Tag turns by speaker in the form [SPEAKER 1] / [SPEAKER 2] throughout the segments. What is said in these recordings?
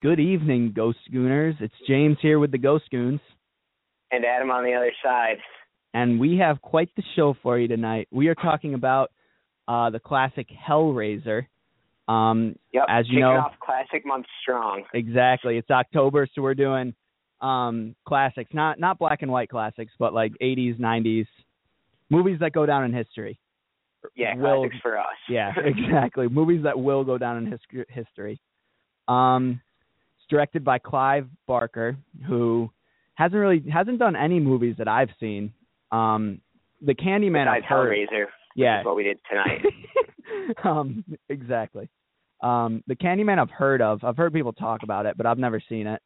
[SPEAKER 1] Good evening, Ghost Gooners. It's James here with the Ghost Goons,
[SPEAKER 2] and Adam on the other side.
[SPEAKER 1] and we have quite the show for you tonight. We are talking about uh, the classic Hellraiser. Um,
[SPEAKER 2] Yep.
[SPEAKER 1] As you
[SPEAKER 2] kicking
[SPEAKER 1] know-
[SPEAKER 2] off classic month strong.
[SPEAKER 1] exactly, it's October, so we're doing um, classics, not not black and white classics, but like 80s, 90s movies that go down in history.
[SPEAKER 2] Yeah,
[SPEAKER 1] Will-
[SPEAKER 2] classics for us.
[SPEAKER 1] Yeah, exactly. Movies that will go down in his- history. Um, it's directed by Clive Barker, who hasn't really hasn't done any movies that I've seen. Um, the Candyman, I've
[SPEAKER 2] Besides
[SPEAKER 1] heard.
[SPEAKER 2] Hellraiser,
[SPEAKER 1] Yeah,
[SPEAKER 2] is what we did tonight.
[SPEAKER 1] um, exactly. Um, the Candyman, I've heard of. I've heard people talk about it, but I've never seen it.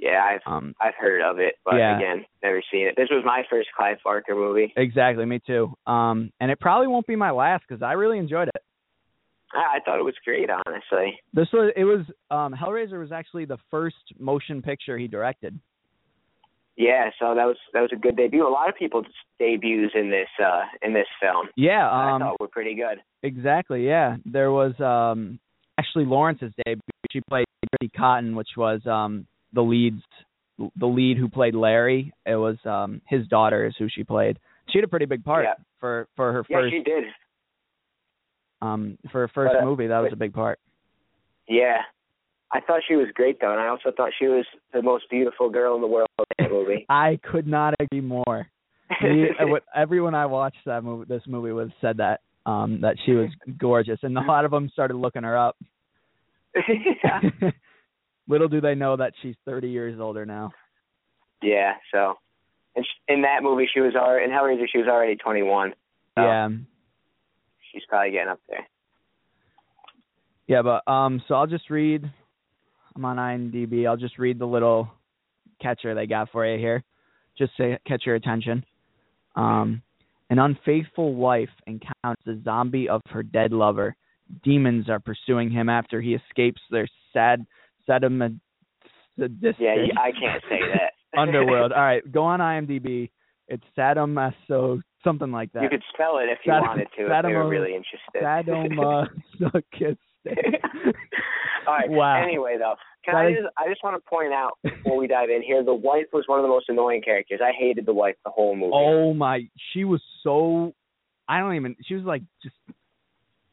[SPEAKER 2] yeah, I've
[SPEAKER 1] Um,
[SPEAKER 2] I've heard of it, but
[SPEAKER 1] Yeah.
[SPEAKER 2] again, never seen it. This was my first Clive Barker movie.
[SPEAKER 1] exactly, me too. Um, and it probably won't be my last because I really enjoyed it.
[SPEAKER 2] I, I thought it was great, honestly.
[SPEAKER 1] This was it was um, Hellraiser was actually the first motion picture he directed.
[SPEAKER 2] Yeah, so that was that was a good debut. A lot of people's debuts in this uh in this film
[SPEAKER 1] Yeah,
[SPEAKER 2] I
[SPEAKER 1] um,
[SPEAKER 2] thought were pretty good.
[SPEAKER 1] exactly. Yeah, there was um, actually Lawrence's debut. She played Dorothy Cotton, which was um, the leads the lead who played Larry. It was um, his daughter is who she played. She had a pretty big part
[SPEAKER 2] Yeah.
[SPEAKER 1] for for her
[SPEAKER 2] Yeah,
[SPEAKER 1] first
[SPEAKER 2] she did.
[SPEAKER 1] um for a first
[SPEAKER 2] But, uh,
[SPEAKER 1] movie that was
[SPEAKER 2] but-
[SPEAKER 1] a big part
[SPEAKER 2] Yeah. I thought she was great though, and I also thought she was the most beautiful girl in the world in that movie.
[SPEAKER 1] i could not agree more Me- uh, what- everyone i watched that movie this movie with said that um that she was gorgeous and a lot of them started looking her up
[SPEAKER 2] yeah.
[SPEAKER 1] little do they know that she's 30 years older now
[SPEAKER 2] Yeah, so and sh- in that movie she was already in Hellraiser she was already 21. So
[SPEAKER 1] yeah
[SPEAKER 2] she's probably getting up there.
[SPEAKER 1] yeah but um so i'll just read i'm on imdb i'll just read the little catcher they got for you here just to catch your attention um an unfaithful wife encounters the zombie of her dead lover demons are pursuing him after he escapes their sad sadoma sadistic
[SPEAKER 2] Yeah, you- I can't say that.
[SPEAKER 1] underworld all right go on imdb it's sadomaso something like that
[SPEAKER 2] you could spell it if you
[SPEAKER 1] Sadom-
[SPEAKER 2] wanted to if they were
[SPEAKER 1] Sadomo-
[SPEAKER 2] really interested.
[SPEAKER 1] sadomasochistic
[SPEAKER 2] All right.
[SPEAKER 1] Wow.
[SPEAKER 2] Anyway, though, can
[SPEAKER 1] That
[SPEAKER 2] I
[SPEAKER 1] is-
[SPEAKER 2] just I just want to point out before we dive in here, the wife was one of the most annoying characters. I hated the wife the whole movie.
[SPEAKER 1] Oh my, she was so. I don't even. She was like just.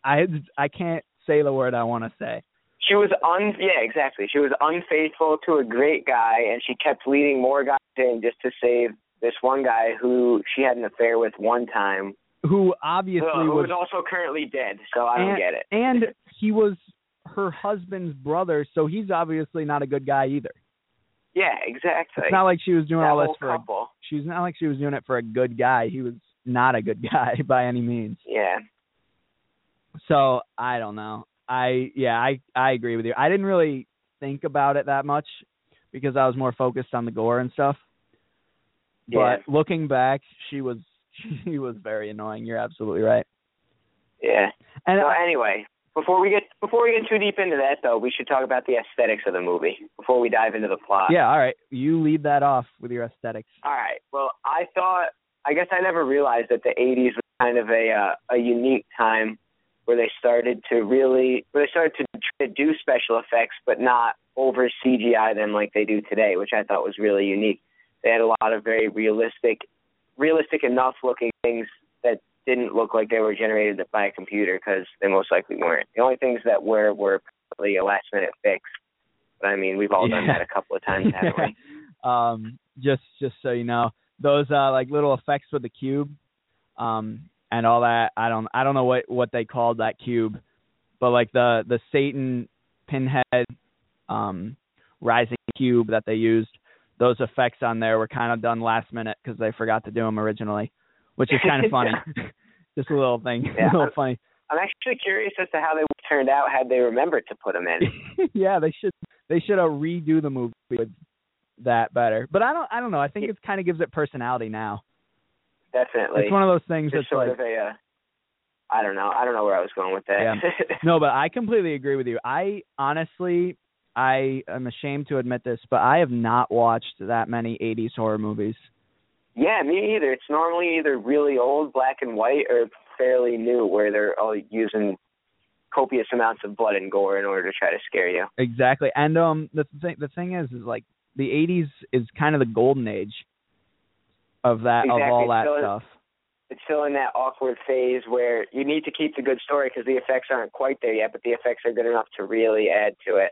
[SPEAKER 1] I I can't say the word I want to say.
[SPEAKER 2] She was un yeah exactly. She was unfaithful to a great guy, and she kept leading more guys in just to save this one guy who she had an affair with one time,
[SPEAKER 1] Who
[SPEAKER 2] who,
[SPEAKER 1] obviously
[SPEAKER 2] who
[SPEAKER 1] was,
[SPEAKER 2] was also currently dead. So I don't get it.
[SPEAKER 1] and he was her husband's brother, so he's obviously not a good guy either.
[SPEAKER 2] Yeah, exactly.
[SPEAKER 1] It's not like she was doing
[SPEAKER 2] that
[SPEAKER 1] all this
[SPEAKER 2] whole
[SPEAKER 1] for. A,
[SPEAKER 2] couple.
[SPEAKER 1] she's not like she was doing it for a good guy. He was not a good guy by any means.
[SPEAKER 2] Yeah.
[SPEAKER 1] So I don't know. I yeah, I I agree with you. I didn't really think about it that much because I was more focused on the gore and stuff.
[SPEAKER 2] Yeah.
[SPEAKER 1] But looking back, she was she was very annoying. You're absolutely right.
[SPEAKER 2] Yeah.
[SPEAKER 1] And
[SPEAKER 2] So
[SPEAKER 1] I-
[SPEAKER 2] anyway, before we get before we get too deep into that though, we should talk about the aesthetics of the movie before we dive into the plot.
[SPEAKER 1] yeah, all right, you lead that off with your aesthetics.
[SPEAKER 2] All right. Well, I thought I guess I never realized that the 80s was kind of a uh, a unique time where they started to really where they started to try to do special effects but not over CGI them like they do today, which I thought was really unique. They had a lot of very realistic realistic enough looking things that didn't look like they were generated by a computer cuz they most likely weren't. The only things that were were probably a last minute fix. But I mean, we've all done
[SPEAKER 1] Yeah.
[SPEAKER 2] that a couple of times, haven't we?
[SPEAKER 1] um, just just so you know, those uh like little effects with the cube, um, and all that. I don't I don't know what what they called that cube, but like the the Satan pinhead, um, rising cube that they used. Those effects on there were kind of done last minute because they forgot to do them originally, which is kind of funny. just a little thing,
[SPEAKER 2] Yeah.
[SPEAKER 1] a little funny.
[SPEAKER 2] I'm actually curious as to how they would've turned out had they remembered to put them in.
[SPEAKER 1] yeah, they should they should uh, redo the movie with that better. But I don't I don't know. I think
[SPEAKER 2] Yeah.
[SPEAKER 1] it kind of gives it personality now.
[SPEAKER 2] Definitely.
[SPEAKER 1] it's one of those things
[SPEAKER 2] Just
[SPEAKER 1] that's
[SPEAKER 2] sort
[SPEAKER 1] like
[SPEAKER 2] of a, uh, I don't know. I don't know where I was going with that.
[SPEAKER 1] no, but I completely agree with you. I honestly, I am ashamed to admit this, but I have not watched that many '80s horror movies.
[SPEAKER 2] yeah, me either. It's normally either really old, black and white, or fairly new, where they're all using copious amounts of blood and gore in order to try to scare you.
[SPEAKER 1] Exactly, and um, the thing the thing is, is like the '80s is kind of the golden age of that of
[SPEAKER 2] Exactly,
[SPEAKER 1] all
[SPEAKER 2] it
[SPEAKER 1] that
[SPEAKER 2] still is.
[SPEAKER 1] stuff.
[SPEAKER 2] It's still in that awkward phase where you need to keep the good story because the effects aren't quite there yet, but the effects are good enough to really add to it.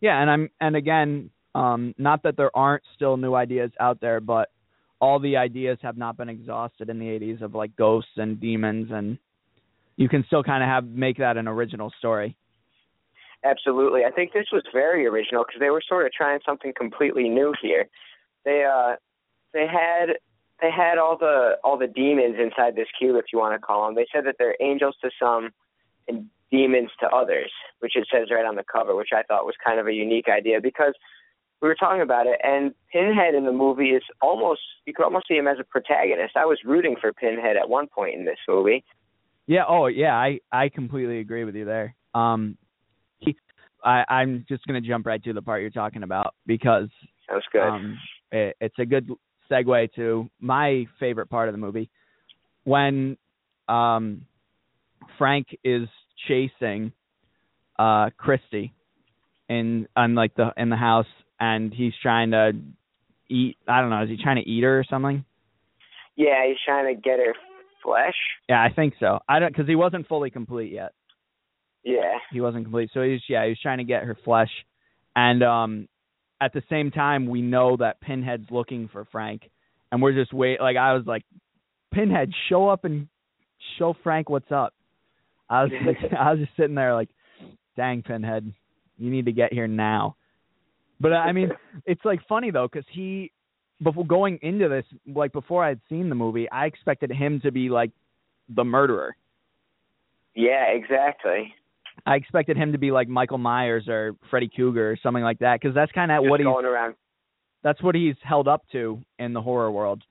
[SPEAKER 1] Yeah, and I'm and again, um, not that there aren't still new ideas out there, but all the ideas have not been exhausted in the '80s of like ghosts and demons, and you can still kind of have make that an original story.
[SPEAKER 2] Absolutely. I think this was very original because they were sort of trying something completely new here. They uh they had they had all the all the demons inside this cube if you want to call them. They said that they're angels to some and demons to others, which it says right on the cover, which I thought was kind of a unique idea because we were talking about it and Pinhead in the movie is almost you could almost see him as a protagonist. I was rooting for Pinhead at one point in this movie.
[SPEAKER 1] Yeah. Oh, yeah. I I completely agree with you there. Um, he, I I'm just gonna jump right to the part you're talking about because
[SPEAKER 2] That was good.
[SPEAKER 1] um it, it's a good segue to my favorite part of the movie when um Frank is chasing uh Christy in on like the in the house and he's trying to eat. I don't know. Is he trying to eat her or something?
[SPEAKER 2] yeah, he's trying to get her flesh.
[SPEAKER 1] Yeah, I think so. I don't because he wasn't fully complete yet.
[SPEAKER 2] Yeah.
[SPEAKER 1] he wasn't complete. So he's yeah, he was trying to get her flesh, and um, at the same time, we know that Pinhead's looking for Frank, and we're just wait. Like I was like, Pinhead, show up and show Frank what's up. I was like, I was just sitting there like, dang Pinhead, you need to get here now. But I mean, it's like funny though because he before going into this, like before I had seen the movie, I expected him to be like the murderer.
[SPEAKER 2] Yeah, exactly.
[SPEAKER 1] I expected him to be like Michael Myers or Freddy Krueger or something like that because that's kind of
[SPEAKER 2] Just
[SPEAKER 1] what he's
[SPEAKER 2] going around
[SPEAKER 1] that's what he's held up to in the horror world.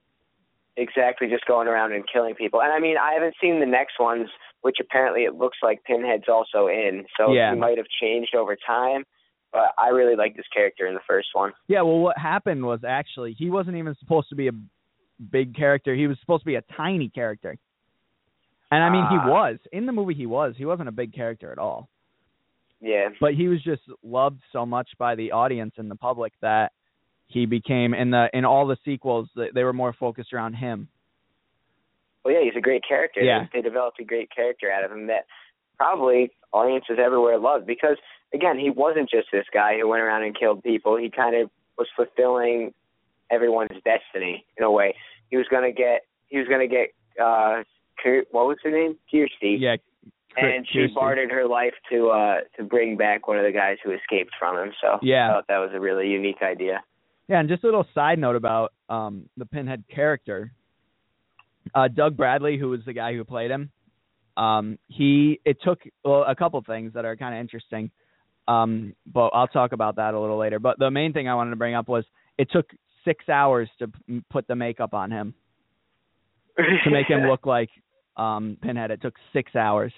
[SPEAKER 2] exactly just going around and killing people. And I mean, I haven't seen the next ones, which apparently it looks like Pinhead's also in, so
[SPEAKER 1] Yeah.
[SPEAKER 2] he might have changed over time. But I really like this character in the first one.
[SPEAKER 1] Yeah, well, what happened was actually he wasn't even supposed to be a big character. He was supposed to be a tiny character, and I mean he
[SPEAKER 2] Ah.
[SPEAKER 1] was in the movie. He was he wasn't a big character at all,
[SPEAKER 2] Yeah.
[SPEAKER 1] but he was just loved so much by the audience and the public that he became in the in all the sequels they- they were more focused around him.
[SPEAKER 2] Well, yeah, he's a great character.
[SPEAKER 1] Yeah.
[SPEAKER 2] They developed a great character out of him that probably audiences everywhere loved because, again, he wasn't just this guy who went around and killed people. He kind of was fulfilling everyone's destiny in a way. He was gonna get. He was gonna get. uh Kier- What was her name? Kirsty.
[SPEAKER 1] Yeah, Cri-
[SPEAKER 2] And she
[SPEAKER 1] Kirsty.
[SPEAKER 2] bartered her life to uh to bring back one of the guys who escaped from him. So
[SPEAKER 1] Yeah.
[SPEAKER 2] I thought that was a really unique idea.
[SPEAKER 1] Yeah, and just a little side note about um, the Pinhead character. Uh, Doug Bradley, who was the guy who played him, um, he it took well, a couple things that are kind of interesting, um, but I'll talk about that a little later. But the main thing I wanted to bring up was it took six hours to p- put the makeup on him to make him look like um, Pinhead. It took six hours.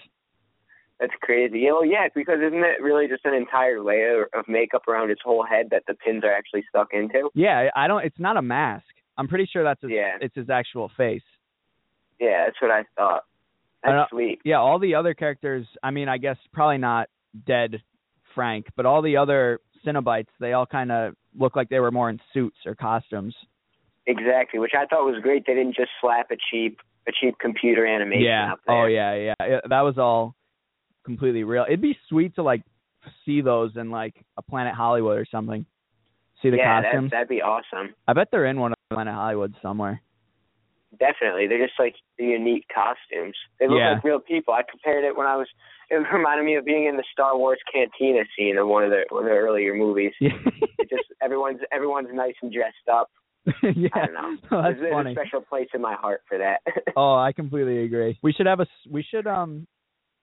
[SPEAKER 2] That's crazy. Oh yeah, because isn't it really just an entire layer of makeup around his whole head that the pins are actually stuck into?
[SPEAKER 1] Yeah, I don't. It's not a mask. I'm pretty sure that's his,
[SPEAKER 2] Yeah.
[SPEAKER 1] it's his actual face.
[SPEAKER 2] Yeah, that's what I thought.
[SPEAKER 1] I
[SPEAKER 2] That's sweet.
[SPEAKER 1] yeah, all the other characters, I mean, I guess probably not dead Frank, but all the other Cenobites, they all kind of look like they were more in suits or costumes.
[SPEAKER 2] Exactly, which I thought was great. They didn't just slap a cheap a cheap computer animation
[SPEAKER 1] yeah.
[SPEAKER 2] up there.
[SPEAKER 1] Oh yeah, yeah. Yeah, That was all completely real. It'd be sweet to like see those in like a Planet Hollywood or something. See the
[SPEAKER 2] yeah,
[SPEAKER 1] costumes.
[SPEAKER 2] that, that'd be awesome.
[SPEAKER 1] I bet they're in one of Planet Hollywood somewhere.
[SPEAKER 2] Definitely, they're just like the unique costumes. They look
[SPEAKER 1] Yeah.
[SPEAKER 2] like real people. I compared it when I was. It reminded me of being in the Star Wars cantina scene of one of the one of the earlier movies.
[SPEAKER 1] yeah.
[SPEAKER 2] It just everyone's everyone's nice and dressed up.
[SPEAKER 1] yeah.
[SPEAKER 2] I don't know.
[SPEAKER 1] Oh, that's
[SPEAKER 2] There's
[SPEAKER 1] funny.
[SPEAKER 2] a special place in my heart for that.
[SPEAKER 1] Oh, I completely agree. We should have a s- we should um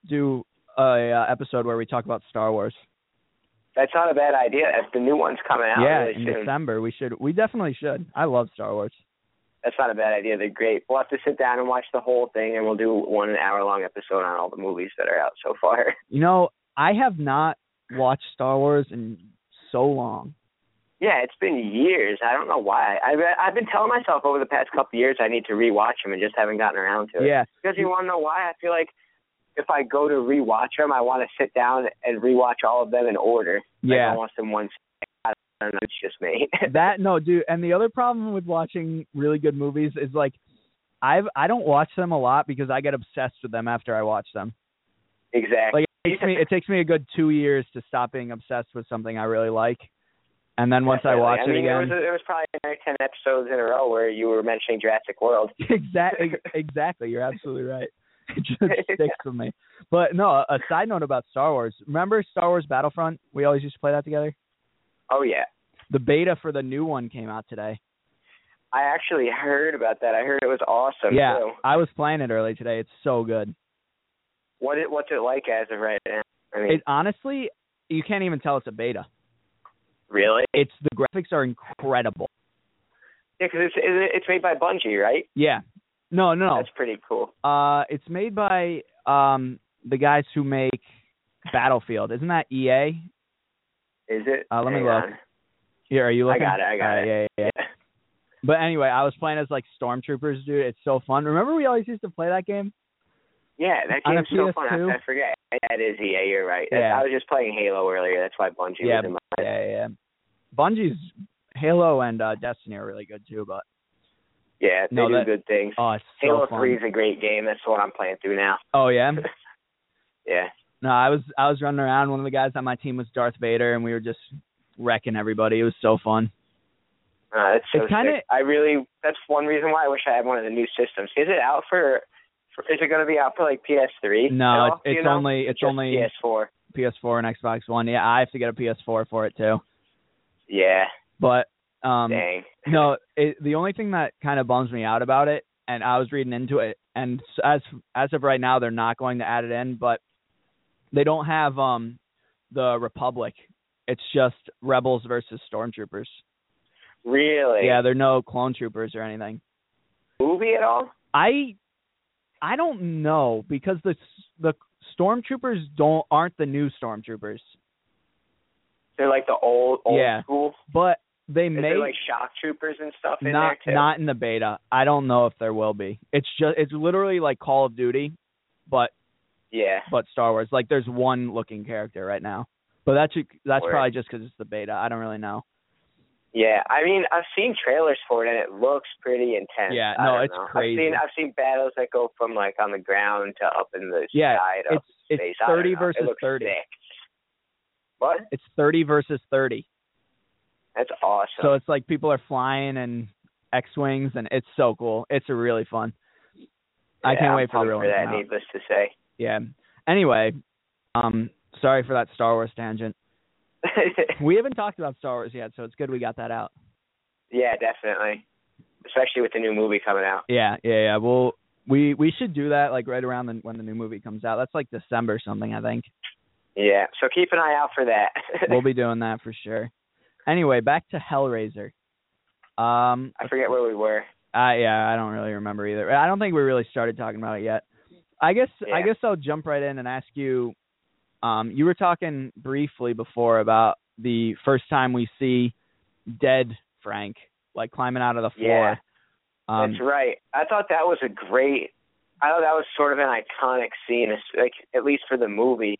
[SPEAKER 1] do a uh, episode where we talk about Star Wars.
[SPEAKER 2] That's not a bad idea if the new one's coming out
[SPEAKER 1] yeah,
[SPEAKER 2] really
[SPEAKER 1] in
[SPEAKER 2] soon.
[SPEAKER 1] December we should. We definitely should. I love Star Wars.
[SPEAKER 2] That's not a bad idea. They're great. We'll have to sit down and watch the whole thing, and we'll do one an hour long episode on all the movies that are out so far.
[SPEAKER 1] You know, I have not watched Star Wars in so long.
[SPEAKER 2] yeah, it's been years. I don't know why. I've I've been telling myself over the past couple years I need to rewatch them, and just haven't gotten around to it.
[SPEAKER 1] Yeah,
[SPEAKER 2] Because you want to know why? I feel like if I go to rewatch them, I want to sit down and rewatch all of them in order. Like
[SPEAKER 1] yeah.
[SPEAKER 2] almost in one. I don't know. It's just me.
[SPEAKER 1] that no, dude. And the other problem with watching really good movies is like, I've I don't watch them a lot because I get obsessed with them after I watch them.
[SPEAKER 2] exactly.
[SPEAKER 1] Like it takes me it takes me a good two years to stop being obsessed with something I really like, and then once I
[SPEAKER 2] Definitely.
[SPEAKER 1] watch
[SPEAKER 2] I mean,
[SPEAKER 1] it again,
[SPEAKER 2] There was, there was probably nine or ten episodes in a row where you were mentioning Jurassic World.
[SPEAKER 1] exactly exactly you're absolutely right it just sticks with me but no a, a side note about star wars remember star wars battlefront we always used to play that together
[SPEAKER 2] Oh yeah,
[SPEAKER 1] the beta for the new one came out today
[SPEAKER 2] I actually heard about that. I heard it was awesome.
[SPEAKER 1] yeah
[SPEAKER 2] Too.
[SPEAKER 1] i was playing it early today it's so good
[SPEAKER 2] What it, what's it like as of right now? I mean,
[SPEAKER 1] it honestly you can't even tell it's a beta
[SPEAKER 2] really?
[SPEAKER 1] it's the graphics are incredible
[SPEAKER 2] Yeah, because it's it- it's made by Bungie, right?
[SPEAKER 1] yeah no no
[SPEAKER 2] That's pretty cool.
[SPEAKER 1] no uh it's made by um the guys who make battlefield isn't that E ea
[SPEAKER 2] Is it?
[SPEAKER 1] Uh, let me
[SPEAKER 2] Hang
[SPEAKER 1] look.
[SPEAKER 2] on.
[SPEAKER 1] here are you
[SPEAKER 2] I
[SPEAKER 1] looking
[SPEAKER 2] got it, I got
[SPEAKER 1] Alright,
[SPEAKER 2] it.
[SPEAKER 1] yeah, yeah, yeah.
[SPEAKER 2] Yeah.
[SPEAKER 1] But anyway, I was playing as like stormtroopers, dude. It's so fun. Remember we always used to play that game?
[SPEAKER 2] Yeah, that
[SPEAKER 1] On a
[SPEAKER 2] game's so fun.
[SPEAKER 1] PS2?
[SPEAKER 2] I, I forget. That is EA. You're right. That's-
[SPEAKER 1] Yeah.
[SPEAKER 2] I was just playing Halo earlier. That's why Bungie
[SPEAKER 1] Yeah,
[SPEAKER 2] was in my mind.
[SPEAKER 1] Yeah, yeah. Bungie's Halo and uh Destiny are really good too, but
[SPEAKER 2] Yeah, they
[SPEAKER 1] No,
[SPEAKER 2] do
[SPEAKER 1] that-
[SPEAKER 2] good things.
[SPEAKER 1] oh, it's so
[SPEAKER 2] Halo
[SPEAKER 1] fun.
[SPEAKER 2] Three is a great game. That's what I'm playing through now.
[SPEAKER 1] Oh yeah.
[SPEAKER 2] Yeah.
[SPEAKER 1] No, I was I was running around. One of the guys on my team was Darth Vader, and we were just wrecking everybody. It was so fun.
[SPEAKER 2] Uh, that's so
[SPEAKER 1] It kinda-
[SPEAKER 2] sick. I really. That's one reason why I wish I had one of the new systems. Is it out for? for is it going to be out for like PS3?
[SPEAKER 1] No,
[SPEAKER 2] at
[SPEAKER 1] it's,
[SPEAKER 2] all? Do you
[SPEAKER 1] it's
[SPEAKER 2] know?
[SPEAKER 1] only it's
[SPEAKER 2] Just
[SPEAKER 1] only
[SPEAKER 2] PS4.
[SPEAKER 1] PS4 and Xbox One. Yeah, I have to get a PS4 for it too.
[SPEAKER 2] Yeah.
[SPEAKER 1] But um,
[SPEAKER 2] dang.
[SPEAKER 1] No, it, the only thing that kind of bums me out about it, and I was reading into it, and s- as as of right now, they're not going to add it in, but they don't have um the Republic. It's just rebels versus stormtroopers.
[SPEAKER 2] Really?
[SPEAKER 1] Yeah, there are no clone troopers or anything.
[SPEAKER 2] Movie at all?
[SPEAKER 1] I I don't know because the s- the stormtroopers don't aren't the new stormtroopers,
[SPEAKER 2] They're like the old old
[SPEAKER 1] Yeah.
[SPEAKER 2] school.
[SPEAKER 1] but they
[SPEAKER 2] Is
[SPEAKER 1] may
[SPEAKER 2] there like shock troopers and stuff in
[SPEAKER 1] not
[SPEAKER 2] there too?
[SPEAKER 1] not in the beta. I don't know if there will be. It's just it's literally like Call of Duty, but
[SPEAKER 2] yeah.
[SPEAKER 1] but Star Wars. Like there's one looking character right now, but that's that's
[SPEAKER 2] Word.
[SPEAKER 1] probably just because it's the beta. I don't really know.
[SPEAKER 2] Yeah, I mean, I've seen trailers for it and it looks pretty intense.
[SPEAKER 1] Yeah,
[SPEAKER 2] I
[SPEAKER 1] no,
[SPEAKER 2] don't
[SPEAKER 1] it's
[SPEAKER 2] know.
[SPEAKER 1] crazy.
[SPEAKER 2] I've seen I've seen battles that go from like on the ground to up in the
[SPEAKER 1] Yeah,
[SPEAKER 2] sky to up
[SPEAKER 1] It's
[SPEAKER 2] in
[SPEAKER 1] it's
[SPEAKER 2] space. I don't
[SPEAKER 1] thirty
[SPEAKER 2] know.
[SPEAKER 1] versus
[SPEAKER 2] it looks
[SPEAKER 1] thirty.
[SPEAKER 2] Sick. What?
[SPEAKER 1] It's thirty versus thirty.
[SPEAKER 2] That's awesome.
[SPEAKER 1] So it's like people are flying and X wings, and it's so cool. It's a really fun. I
[SPEAKER 2] Yeah,
[SPEAKER 1] can't
[SPEAKER 2] I'm
[SPEAKER 1] wait for the
[SPEAKER 2] pumped
[SPEAKER 1] real one.
[SPEAKER 2] for
[SPEAKER 1] to
[SPEAKER 2] that.
[SPEAKER 1] come out.
[SPEAKER 2] Needless to say.
[SPEAKER 1] Yeah. Anyway, um, sorry for that Star Wars tangent. We haven't talked about Star Wars yet, so it's good we got that out.
[SPEAKER 2] yeah, definitely. Especially with the new movie coming out.
[SPEAKER 1] Yeah, yeah, yeah. Well, we we should do that like right around the, when the new movie comes out. That's like December something, I think.
[SPEAKER 2] Yeah, so keep an eye out for that.
[SPEAKER 1] we'll be doing that for sure. Anyway, back to Hellraiser. Um,
[SPEAKER 2] I forget where we were.
[SPEAKER 1] I yeah, I don't really remember either. I don't think we really started talking about it yet. I guess I
[SPEAKER 2] Yeah.
[SPEAKER 1] guess I'll jump right in and ask you. Um, you were talking briefly before about the first time we see dead Frank, like climbing out of the floor. Um,
[SPEAKER 2] That's right. I thought that was a great. I thought that was sort of an iconic scene, it's like at least for the movie,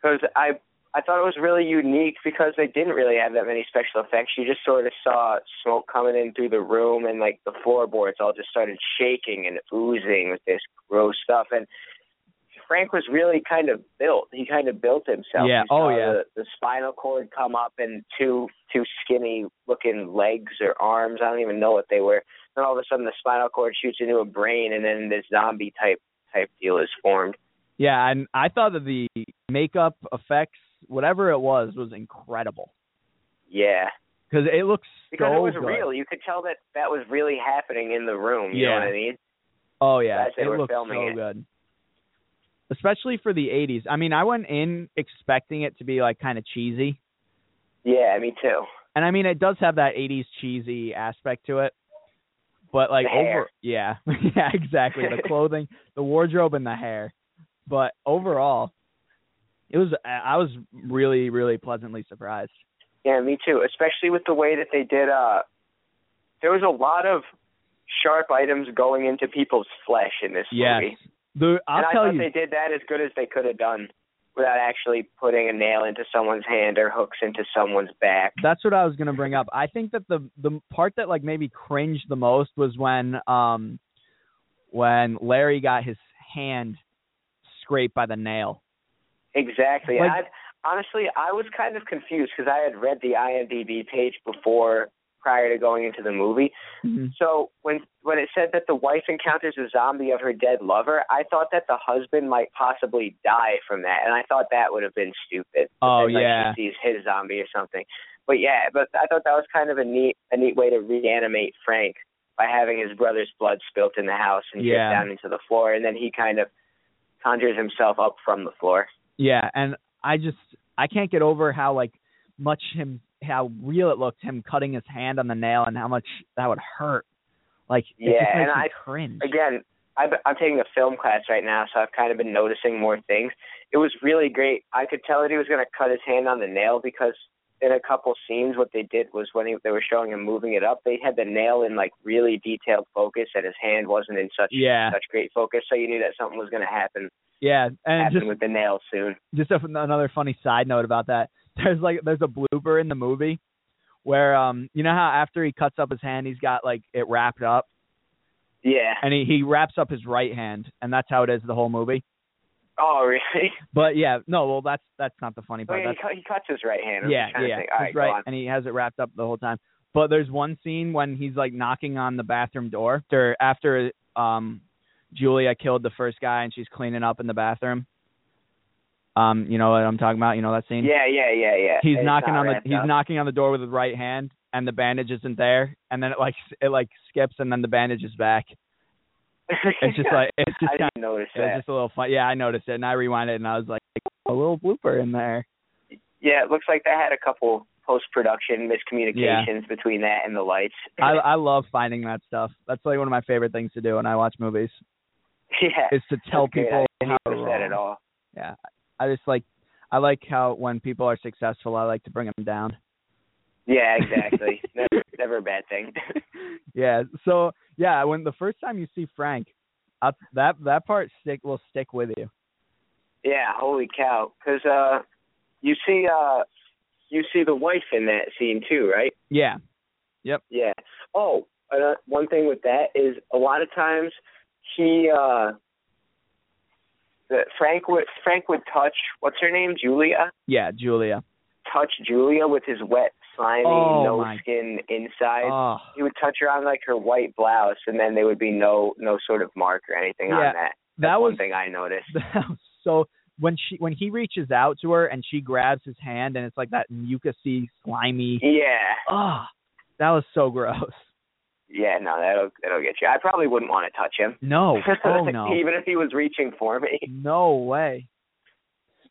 [SPEAKER 2] because I I thought it was really unique because they didn't really have that many special effects. You just sort of saw smoke coming in through the room, and like the floorboards all just started shaking and oozing with this gross stuff. And Frank was really kind of built. He kind of built himself.
[SPEAKER 1] Yeah.
[SPEAKER 2] You saw
[SPEAKER 1] Oh, yeah.
[SPEAKER 2] The, the spinal cord come up and two two skinny looking legs or arms. I don't even know what they were then all of a sudden the spinal cord shoots into a brain and then this zombie type type deal is formed.
[SPEAKER 1] yeah, and I thought that the makeup effects, whatever it was, was incredible
[SPEAKER 2] Yeah.
[SPEAKER 1] because it looks
[SPEAKER 2] Because
[SPEAKER 1] so
[SPEAKER 2] it was
[SPEAKER 1] good.
[SPEAKER 2] real. You could tell that that was really happening in the room. You
[SPEAKER 1] Yeah.
[SPEAKER 2] know what I mean?
[SPEAKER 1] Oh yeah,
[SPEAKER 2] As they
[SPEAKER 1] it
[SPEAKER 2] were
[SPEAKER 1] looks
[SPEAKER 2] filming
[SPEAKER 1] so
[SPEAKER 2] it.
[SPEAKER 1] good. especially for the 80s. I mean, I went in expecting it to be like kind of cheesy,
[SPEAKER 2] Yeah, me too.
[SPEAKER 1] and I mean it does have that 80s cheesy aspect to it. But like
[SPEAKER 2] The hair.
[SPEAKER 1] over yeah. yeah, exactly. The clothing, the wardrobe and the hair. But overall, it was I- I was really really pleasantly surprised.
[SPEAKER 2] Yeah, me too. Especially with the way that they did. Uh, there was a lot of sharp items going into people's flesh in this
[SPEAKER 1] Yes.
[SPEAKER 2] movie,
[SPEAKER 1] The I'll
[SPEAKER 2] and I
[SPEAKER 1] tell
[SPEAKER 2] thought
[SPEAKER 1] you
[SPEAKER 2] they did that as good as they could have done without actually putting a nail into someone's hand or hooks into someone's back.
[SPEAKER 1] that's what I was gonna bring up. I think that the the part that like maybe cringed the most was when um when Larry got his hand scraped by the nail.
[SPEAKER 2] Exactly.
[SPEAKER 1] Like-
[SPEAKER 2] and I honestly I was kind of confused because I had read the IMDb page before prior to going into the movie, So when when it said that the wife encounters a zombie of her dead lover, I thought that the husband might possibly die from that, and I thought that would have been stupid.
[SPEAKER 1] Oh
[SPEAKER 2] Like,
[SPEAKER 1] yeah,
[SPEAKER 2] she sees his zombie or something. But yeah, but I thought that was kind of a neat a neat way to reanimate Frank by having his brother's blood spilt in the house and
[SPEAKER 1] Yeah.
[SPEAKER 2] drip down into the floor, and then he kind of conjures himself up from the floor.
[SPEAKER 1] yeah. And I just I can't get over how like much him how real it looked him cutting his hand on the nail and how much that would hurt. Like it just
[SPEAKER 2] Yeah, and
[SPEAKER 1] makes me
[SPEAKER 2] I-
[SPEAKER 1] cringe.
[SPEAKER 2] again, I've, I'm taking a film class right now, so I've kind of been noticing more things. It was really great. I could tell that he was going to cut his hand on the nail because in a couple scenes, what they did was when he, they were showing him moving it up, they had the nail in like really detailed focus, and his hand wasn't in such
[SPEAKER 1] yeah,
[SPEAKER 2] such great focus, so you knew that something was going to happen
[SPEAKER 1] yeah, and
[SPEAKER 2] happen
[SPEAKER 1] just
[SPEAKER 2] with the nail soon.
[SPEAKER 1] just a, another funny side note about that. There's like there's a blooper in the movie where um you know how after he cuts up his hand he's got like it wrapped up
[SPEAKER 2] Yeah.
[SPEAKER 1] and he he wraps up his right hand and that's how it is the whole movie.
[SPEAKER 2] Oh, really?
[SPEAKER 1] But yeah, no, well that's that's not the funny
[SPEAKER 2] Oh,
[SPEAKER 1] part.
[SPEAKER 2] yeah,
[SPEAKER 1] That's
[SPEAKER 2] he, cut, he cuts his right hand. I'm
[SPEAKER 1] yeah,
[SPEAKER 2] just trying
[SPEAKER 1] yeah,
[SPEAKER 2] To think. All
[SPEAKER 1] that's
[SPEAKER 2] right,
[SPEAKER 1] right.
[SPEAKER 2] Go on.
[SPEAKER 1] And he has it wrapped up the whole time. But there's one scene when he's like knocking on the bathroom door after, after um Julia killed the first guy and she's cleaning up in the bathroom. Um, you know what I'm talking about? You know that scene?
[SPEAKER 2] Yeah, yeah, yeah, yeah.
[SPEAKER 1] He's
[SPEAKER 2] It's
[SPEAKER 1] knocking
[SPEAKER 2] not
[SPEAKER 1] on the
[SPEAKER 2] wrapped
[SPEAKER 1] he's
[SPEAKER 2] up.
[SPEAKER 1] knocking on the door with his right hand and the bandage isn't there and then it like s- it like skips and then the bandage is back. It's just like it's just
[SPEAKER 2] I
[SPEAKER 1] kind
[SPEAKER 2] didn't notice
[SPEAKER 1] of it's
[SPEAKER 2] that.
[SPEAKER 1] just a little fun. Yeah, I noticed it and I rewound it and I was like a little blooper in there.
[SPEAKER 2] Yeah, it looks like they had a couple post production miscommunications between that and the lights.
[SPEAKER 1] I I love finding that stuff. That's like one of my favorite things to do when I watch movies.
[SPEAKER 2] yeah,
[SPEAKER 1] is to tell
[SPEAKER 2] that's great.
[SPEAKER 1] people
[SPEAKER 2] I
[SPEAKER 1] how
[SPEAKER 2] didn't
[SPEAKER 1] they're
[SPEAKER 2] notice that at
[SPEAKER 1] wrong.
[SPEAKER 2] all.
[SPEAKER 1] Yeah, I just like I like how when people are successful, I like to bring them down.
[SPEAKER 2] Yeah, exactly. never, never a bad thing.
[SPEAKER 1] Yeah. So yeah, when the first time you see Frank, I, that that part stick will stick with you.
[SPEAKER 2] yeah, holy cow! Because uh, you see, uh, you see the wife in that scene too, right?
[SPEAKER 1] Yeah.
[SPEAKER 2] Yeah. Oh, uh, one thing with that is a lot of times he uh, the, Frank would Frank would touch what's her name, Julia.
[SPEAKER 1] Yeah, Julia.
[SPEAKER 2] touch Julia with his wet, slimy,
[SPEAKER 1] Oh,
[SPEAKER 2] no
[SPEAKER 1] my-
[SPEAKER 2] skin inside.
[SPEAKER 1] Oh.
[SPEAKER 2] he would touch her on like her white blouse, and then there would be no no sort of mark or anything
[SPEAKER 1] Yeah,
[SPEAKER 2] on that. That's
[SPEAKER 1] that
[SPEAKER 2] one
[SPEAKER 1] was-
[SPEAKER 2] thing I noticed.
[SPEAKER 1] That was so when she when he reaches out to her and she grabs his hand and it's like that mucusy, slimy.
[SPEAKER 2] Yeah,
[SPEAKER 1] Oh, that was so gross.
[SPEAKER 2] yeah, no, that'll that'll get you. I probably wouldn't want to touch him.
[SPEAKER 1] No. Oh no.
[SPEAKER 2] Even if he was reaching for me.
[SPEAKER 1] No way.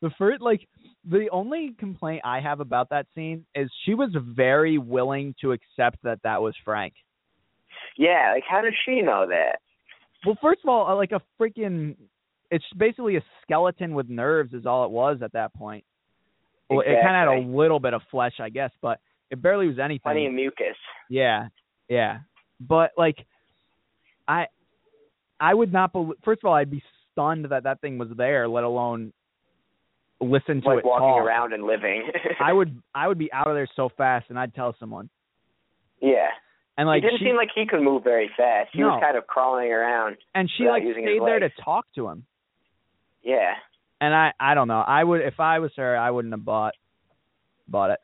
[SPEAKER 1] The first, like, the only complaint I have about that scene is she was very willing to accept that that was Frank.
[SPEAKER 2] Yeah, like how does she know that?
[SPEAKER 1] Well, first of all, uh, like a freaking, it's basically a skeleton with nerves is all it was at that point. Well, it kind of had
[SPEAKER 2] Exactly.
[SPEAKER 1] a little bit of flesh, I guess, but it barely was anything.
[SPEAKER 2] Plenty of mucus.
[SPEAKER 1] Yeah, yeah. But like, I, I would not believe. First of all, I'd be stunned that that thing was there, let alone listen to
[SPEAKER 2] Like
[SPEAKER 1] it
[SPEAKER 2] walking
[SPEAKER 1] talk.
[SPEAKER 2] around and living.
[SPEAKER 1] I would, I would be out of there so fast, and I'd tell someone.
[SPEAKER 2] yeah.
[SPEAKER 1] And like
[SPEAKER 2] he didn't
[SPEAKER 1] she,
[SPEAKER 2] seem like he could move very fast. He was
[SPEAKER 1] No.
[SPEAKER 2] kind of crawling around.
[SPEAKER 1] and she
[SPEAKER 2] without
[SPEAKER 1] like
[SPEAKER 2] using his
[SPEAKER 1] stayed there to
[SPEAKER 2] legs.
[SPEAKER 1] talk to him.
[SPEAKER 2] Yeah.
[SPEAKER 1] And I, I don't know. I would, if I was her, I wouldn't have bought, bought it.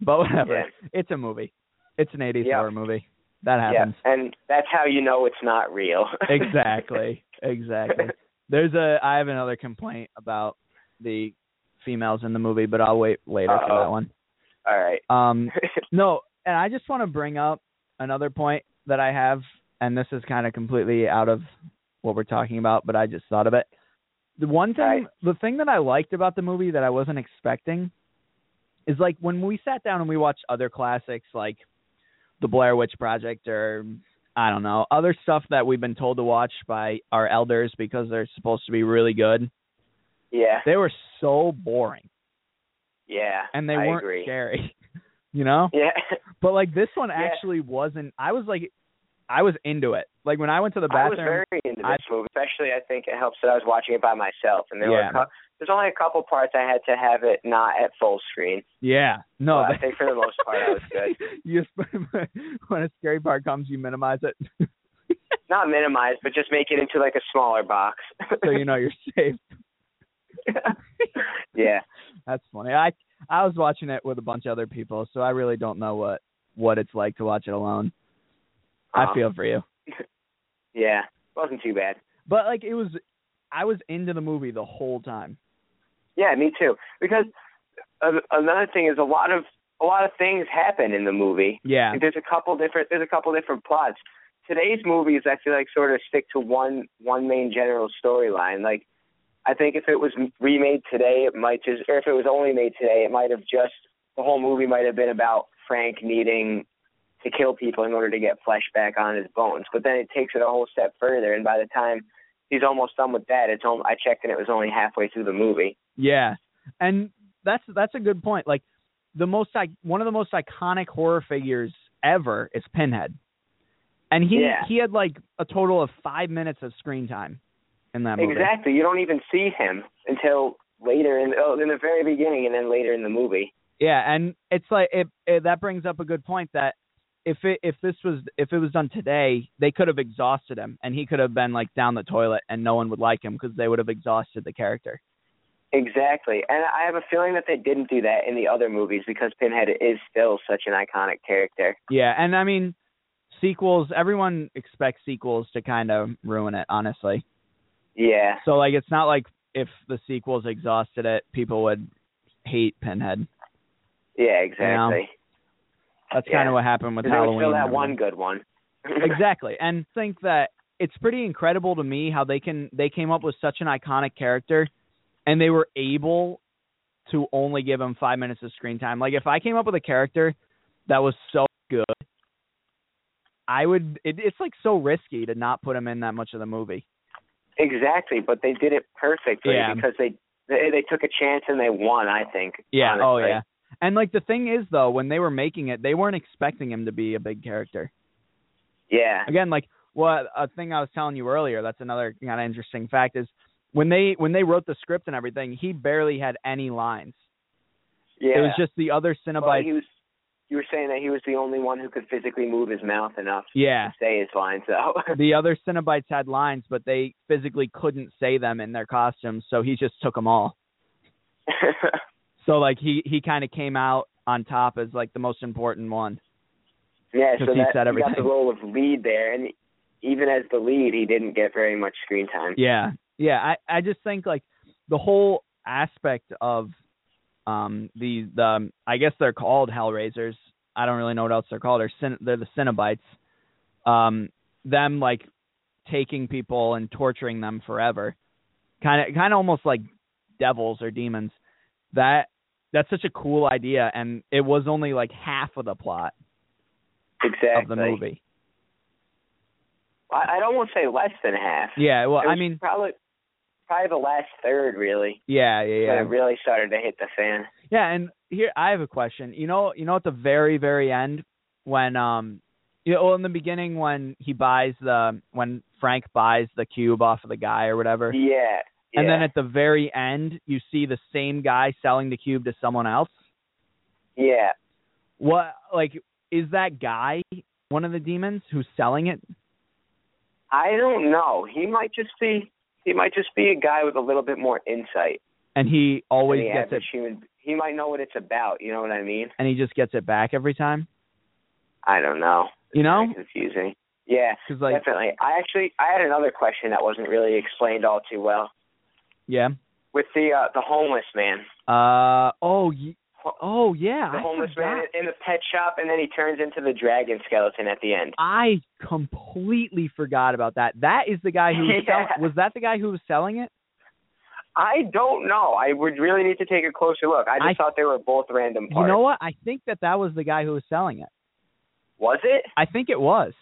[SPEAKER 1] But whatever.
[SPEAKER 2] Yeah.
[SPEAKER 1] It's a movie. It's an '80s
[SPEAKER 2] Yeah.
[SPEAKER 1] horror movie. That
[SPEAKER 2] Yeah,
[SPEAKER 1] happens.
[SPEAKER 2] and that's how you know it's not real.
[SPEAKER 1] exactly exactly there's a i have another complaint about the females in the movie but i'll wait later for
[SPEAKER 2] Uh-oh.
[SPEAKER 1] that one
[SPEAKER 2] All right.
[SPEAKER 1] um no and i just want to bring up another point that i have and this is kind of completely out of what we're talking about but i just thought of it The one thing,
[SPEAKER 2] Right.
[SPEAKER 1] the thing that I liked about the movie that I wasn't expecting, is like when we sat down and we watched other classics like The Blair Witch Project or I don't know other stuff that we've been told to watch by our elders because they're supposed to be really good.
[SPEAKER 2] Yeah,
[SPEAKER 1] They were so boring
[SPEAKER 2] yeah.
[SPEAKER 1] and they
[SPEAKER 2] I
[SPEAKER 1] weren't
[SPEAKER 2] agree.
[SPEAKER 1] scary, you know.
[SPEAKER 2] Yeah,
[SPEAKER 1] But like this one
[SPEAKER 2] Yeah.
[SPEAKER 1] actually wasn't. I was like, I was into it. Like when I went to the
[SPEAKER 2] I was
[SPEAKER 1] bathroom,
[SPEAKER 2] very into this
[SPEAKER 1] I-
[SPEAKER 2] movie. Especially, I think it helps that I was watching it by myself, and there were
[SPEAKER 1] Yeah.
[SPEAKER 2] a cou- there's only a couple parts I had to have it not at full screen.
[SPEAKER 1] yeah, no,
[SPEAKER 2] But I
[SPEAKER 1] that-
[SPEAKER 2] think for the most part, I was good.
[SPEAKER 1] you just, when a scary part comes, you minimize it
[SPEAKER 2] Not minimize, but just make it into like a smaller box.
[SPEAKER 1] so you know you're safe.
[SPEAKER 2] yeah,
[SPEAKER 1] That's funny. I I was watching it with a bunch of other people, so I really don't know what what it's like to watch it alone. I
[SPEAKER 2] Um,
[SPEAKER 1] feel for you,
[SPEAKER 2] Yeah, wasn't too bad.
[SPEAKER 1] but like it was, I was into the movie the whole time.
[SPEAKER 2] Yeah, me too. Because a- another thing is a lot of a lot of things happen in the movie.
[SPEAKER 1] Yeah,
[SPEAKER 2] There's a couple different there's a couple different plots. Today's movies I feel like sort of stick to one one main general storyline. Like I think if it was m- remade today, it might just or if it was only made today, it might have just the whole movie might have been about Frank needing to kill people in order to get flesh back on his bones. But then it takes it a whole step further, and by the time he's almost done with that, it's only, I checked and it was only halfway through the movie.
[SPEAKER 1] yeah, and that's that's a good point. Like the most like one of the most iconic horror figures ever is Pinhead, and he
[SPEAKER 2] Yeah.
[SPEAKER 1] he had like a total of five minutes of screen time in that movie.
[SPEAKER 2] Exactly. You don't even see him until later in oh, in the very beginning, and then later in the movie.
[SPEAKER 1] Yeah, and it's like it, it that brings up a good point that if it if this was if it was done today, they could have exhausted him and he could have been like down the toilet and no one would like him because they would have exhausted the character.
[SPEAKER 2] Exactly. And I have a feeling that they didn't do that in the other movies because Pinhead is still such an iconic character.
[SPEAKER 1] Yeah, and I mean sequels everyone expects sequels to kind of ruin it honestly.
[SPEAKER 2] Yeah.
[SPEAKER 1] So like it's not like if the sequels exhausted it, people would hate Pinhead.
[SPEAKER 2] Yeah. Exactly.
[SPEAKER 1] That's
[SPEAKER 2] Yeah.
[SPEAKER 1] kind of what happened with
[SPEAKER 2] Because there was
[SPEAKER 1] Halloween.
[SPEAKER 2] still that
[SPEAKER 1] everyone.
[SPEAKER 2] one good one.
[SPEAKER 1] exactly and think that it's pretty incredible to me how they can they came up with such an iconic character and they were able to only give him five minutes of screen time like if i came up with a character that was so good i would it, it's like so risky to not put him in that much of the movie
[SPEAKER 2] exactly. But they did it perfectly
[SPEAKER 1] Yeah.
[SPEAKER 2] because they, they they took a chance and they won. I think.
[SPEAKER 1] yeah oh
[SPEAKER 2] honestly.
[SPEAKER 1] yeah and like the thing is though when they were making it they weren't expecting him to be a big character
[SPEAKER 2] Yeah.
[SPEAKER 1] again like what a thing i was telling you earlier that's another kind of interesting fact is when they when they wrote the script and everything he barely had any lines
[SPEAKER 2] Yeah.
[SPEAKER 1] it was just the other
[SPEAKER 2] Well,
[SPEAKER 1] cenobites
[SPEAKER 2] he was. You were saying that he was the only one who could physically move his mouth enough
[SPEAKER 1] yeah
[SPEAKER 2] to say his lines out.
[SPEAKER 1] the other cenobites had lines but they physically couldn't say them in their costumes so he just took them all so like he he kind of came out on top as like the most important one
[SPEAKER 2] yeah,
[SPEAKER 1] 'Cause
[SPEAKER 2] so
[SPEAKER 1] he
[SPEAKER 2] that
[SPEAKER 1] said
[SPEAKER 2] he got the
[SPEAKER 1] everything.
[SPEAKER 2] role of lead there, and even as the lead, he didn't get very much screen time.
[SPEAKER 1] Yeah. Yeah. I, I just think like the whole aspect of um the the um, I guess they're called Hellraisers. I don't really know what else they're called. They're cin- they're the Cenobites. Um them like taking people and torturing them forever. Kind of kind of almost like devils or demons. That that's such a cool idea and it was only like half of the plot
[SPEAKER 2] exactly.
[SPEAKER 1] of the movie.
[SPEAKER 2] I, I don't want to say less than half.
[SPEAKER 1] Yeah, well,
[SPEAKER 2] It
[SPEAKER 1] I
[SPEAKER 2] was
[SPEAKER 1] mean,
[SPEAKER 2] probably probably the last third, really.
[SPEAKER 1] yeah, yeah,
[SPEAKER 2] when
[SPEAKER 1] yeah.
[SPEAKER 2] it really started to hit the fan.
[SPEAKER 1] Yeah, and here I have a question. You know, you know, at the very, very end, when um, you know, well, in the beginning when he buys the when Frank buys the cube off of the guy or whatever,
[SPEAKER 2] Yeah.
[SPEAKER 1] and then
[SPEAKER 2] yeah,
[SPEAKER 1] at the very end you see the same guy selling the cube to someone else.
[SPEAKER 2] yeah.
[SPEAKER 1] What like is that guy one of the demons who's selling it?
[SPEAKER 2] I don't know. He might just be he might just be a guy with a little bit more insight
[SPEAKER 1] And he always
[SPEAKER 2] than the
[SPEAKER 1] gets it,
[SPEAKER 2] average human. He might know what it's about. You know what I mean?
[SPEAKER 1] and he just gets it back every time.
[SPEAKER 2] I don't know.
[SPEAKER 1] You know,
[SPEAKER 2] Very confusing. Yeah,
[SPEAKER 1] because like
[SPEAKER 2] definitely. I actually I had another question that wasn't really explained all too well
[SPEAKER 1] yeah,
[SPEAKER 2] with the uh, the homeless man.
[SPEAKER 1] uh, oh, y- oh yeah,
[SPEAKER 2] The
[SPEAKER 1] I
[SPEAKER 2] homeless
[SPEAKER 1] forgot.
[SPEAKER 2] man in the pet shop, and then he turns into the dragon skeleton at the end.
[SPEAKER 1] I completely forgot about that. That is the guy who was
[SPEAKER 2] Yeah.
[SPEAKER 1] selling, was that the guy who was selling it?
[SPEAKER 2] I don't know. I would really need to take a closer look. I just
[SPEAKER 1] I-
[SPEAKER 2] thought they were both random parts.
[SPEAKER 1] You know what? I think that that was the guy who was selling it.
[SPEAKER 2] Was it?
[SPEAKER 1] I think it was.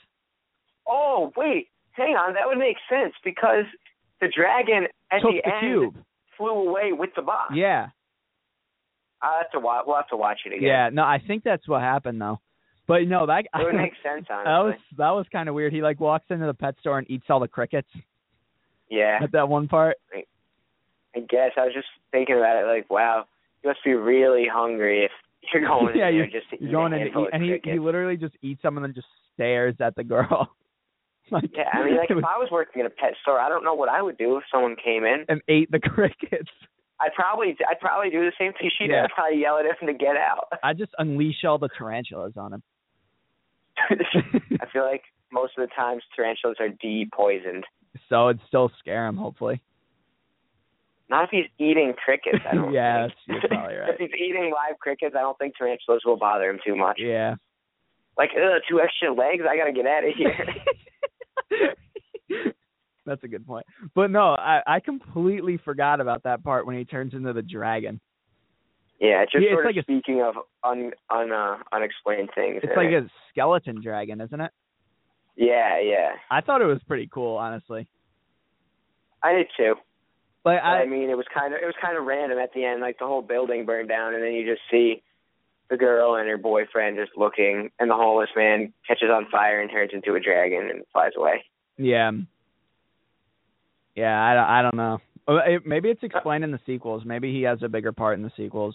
[SPEAKER 2] Oh, wait. Hang on. That would make sense because the dragon at
[SPEAKER 1] Took
[SPEAKER 2] the,
[SPEAKER 1] the
[SPEAKER 2] end
[SPEAKER 1] cube.
[SPEAKER 2] flew away with the box.
[SPEAKER 1] Yeah.
[SPEAKER 2] I'll have to watch. We'll have to watch it again.
[SPEAKER 1] Yeah. No, I think that's what happened though. But no, that
[SPEAKER 2] It would make sense,
[SPEAKER 1] that
[SPEAKER 2] honestly.
[SPEAKER 1] was that was kind of weird. He like walks into the pet store and eats all the crickets
[SPEAKER 2] yeah,
[SPEAKER 1] at that one part.
[SPEAKER 2] I guess. I was just thinking about it like, wow, you must be really hungry if you're going
[SPEAKER 1] Yeah,
[SPEAKER 2] in
[SPEAKER 1] you're-
[SPEAKER 2] there just to
[SPEAKER 1] He's
[SPEAKER 2] eat
[SPEAKER 1] going
[SPEAKER 2] a
[SPEAKER 1] in to
[SPEAKER 2] handful
[SPEAKER 1] eat,
[SPEAKER 2] of
[SPEAKER 1] and he
[SPEAKER 2] crickets.
[SPEAKER 1] he literally just eats some and then just stares at the girl. like,
[SPEAKER 2] Yeah, I mean, like
[SPEAKER 1] it
[SPEAKER 2] if
[SPEAKER 1] was-
[SPEAKER 2] I was working in a pet store, I don't know what I would do if someone came in.
[SPEAKER 1] and ate the crickets.
[SPEAKER 2] I'd probably, I'd probably do the same thing she did.
[SPEAKER 1] Yeah.
[SPEAKER 2] I'd probably yell at him to get out.
[SPEAKER 1] I just unleash all the tarantulas on him.
[SPEAKER 2] I feel like most of the times tarantulas are de-poisoned.
[SPEAKER 1] so it'd still scare him, hopefully.
[SPEAKER 2] Not if he's eating crickets. I don't.
[SPEAKER 1] Yeah,
[SPEAKER 2] think.
[SPEAKER 1] that's- you're probably right.
[SPEAKER 2] if he's eating live crickets, I don't think tarantulas will bother him too much.
[SPEAKER 1] Yeah.
[SPEAKER 2] Like, ugh, two extra legs. I gotta get out of here.
[SPEAKER 1] That's a good point. But no, I, I completely forgot about that part when he turns into the dragon.
[SPEAKER 2] yeah, it's just
[SPEAKER 1] Yeah, it's
[SPEAKER 2] sort
[SPEAKER 1] like
[SPEAKER 2] of
[SPEAKER 1] a-
[SPEAKER 2] speaking of un, un uh, unexplained things.
[SPEAKER 1] It's
[SPEAKER 2] in
[SPEAKER 1] like
[SPEAKER 2] it.
[SPEAKER 1] a skeleton dragon, isn't it?
[SPEAKER 2] yeah, yeah.
[SPEAKER 1] I thought it was pretty cool, honestly.
[SPEAKER 2] I did too.
[SPEAKER 1] But
[SPEAKER 2] But, I
[SPEAKER 1] I
[SPEAKER 2] mean, it was kind of it was kind of random at the end. Like the whole building burned down, and then you just see the girl and her boyfriend just looking, and the homeless man catches on fire and turns into a dragon and flies away.
[SPEAKER 1] yeah, yeah. I don't, I don't know. Uh, it- Maybe it's explained in the sequels. Maybe he has a bigger part in the sequels.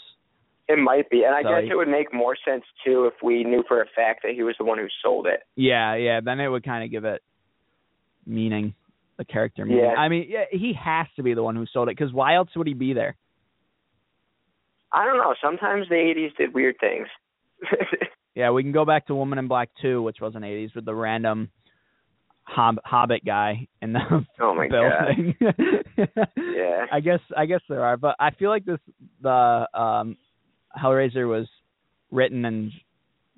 [SPEAKER 2] It might be, and I
[SPEAKER 1] So
[SPEAKER 2] guess
[SPEAKER 1] he-
[SPEAKER 2] it would make more sense too if we knew for a fact that he was the one who sold it.
[SPEAKER 1] Yeah, yeah. Then it would kind of give it meaning, the character meaning.
[SPEAKER 2] Yeah.
[SPEAKER 1] I mean, yeah, he has to be the one who sold it because why else would he be there?
[SPEAKER 2] I don't know. Sometimes the '80s did weird things.
[SPEAKER 1] Yeah, we can go back to Woman in Black 2, which was in 80s with the random hob- hobbit guy in the
[SPEAKER 2] oh my god!
[SPEAKER 1] building.
[SPEAKER 2] Yeah.
[SPEAKER 1] I guess I guess there are, but I feel like this the um Hellraiser was written and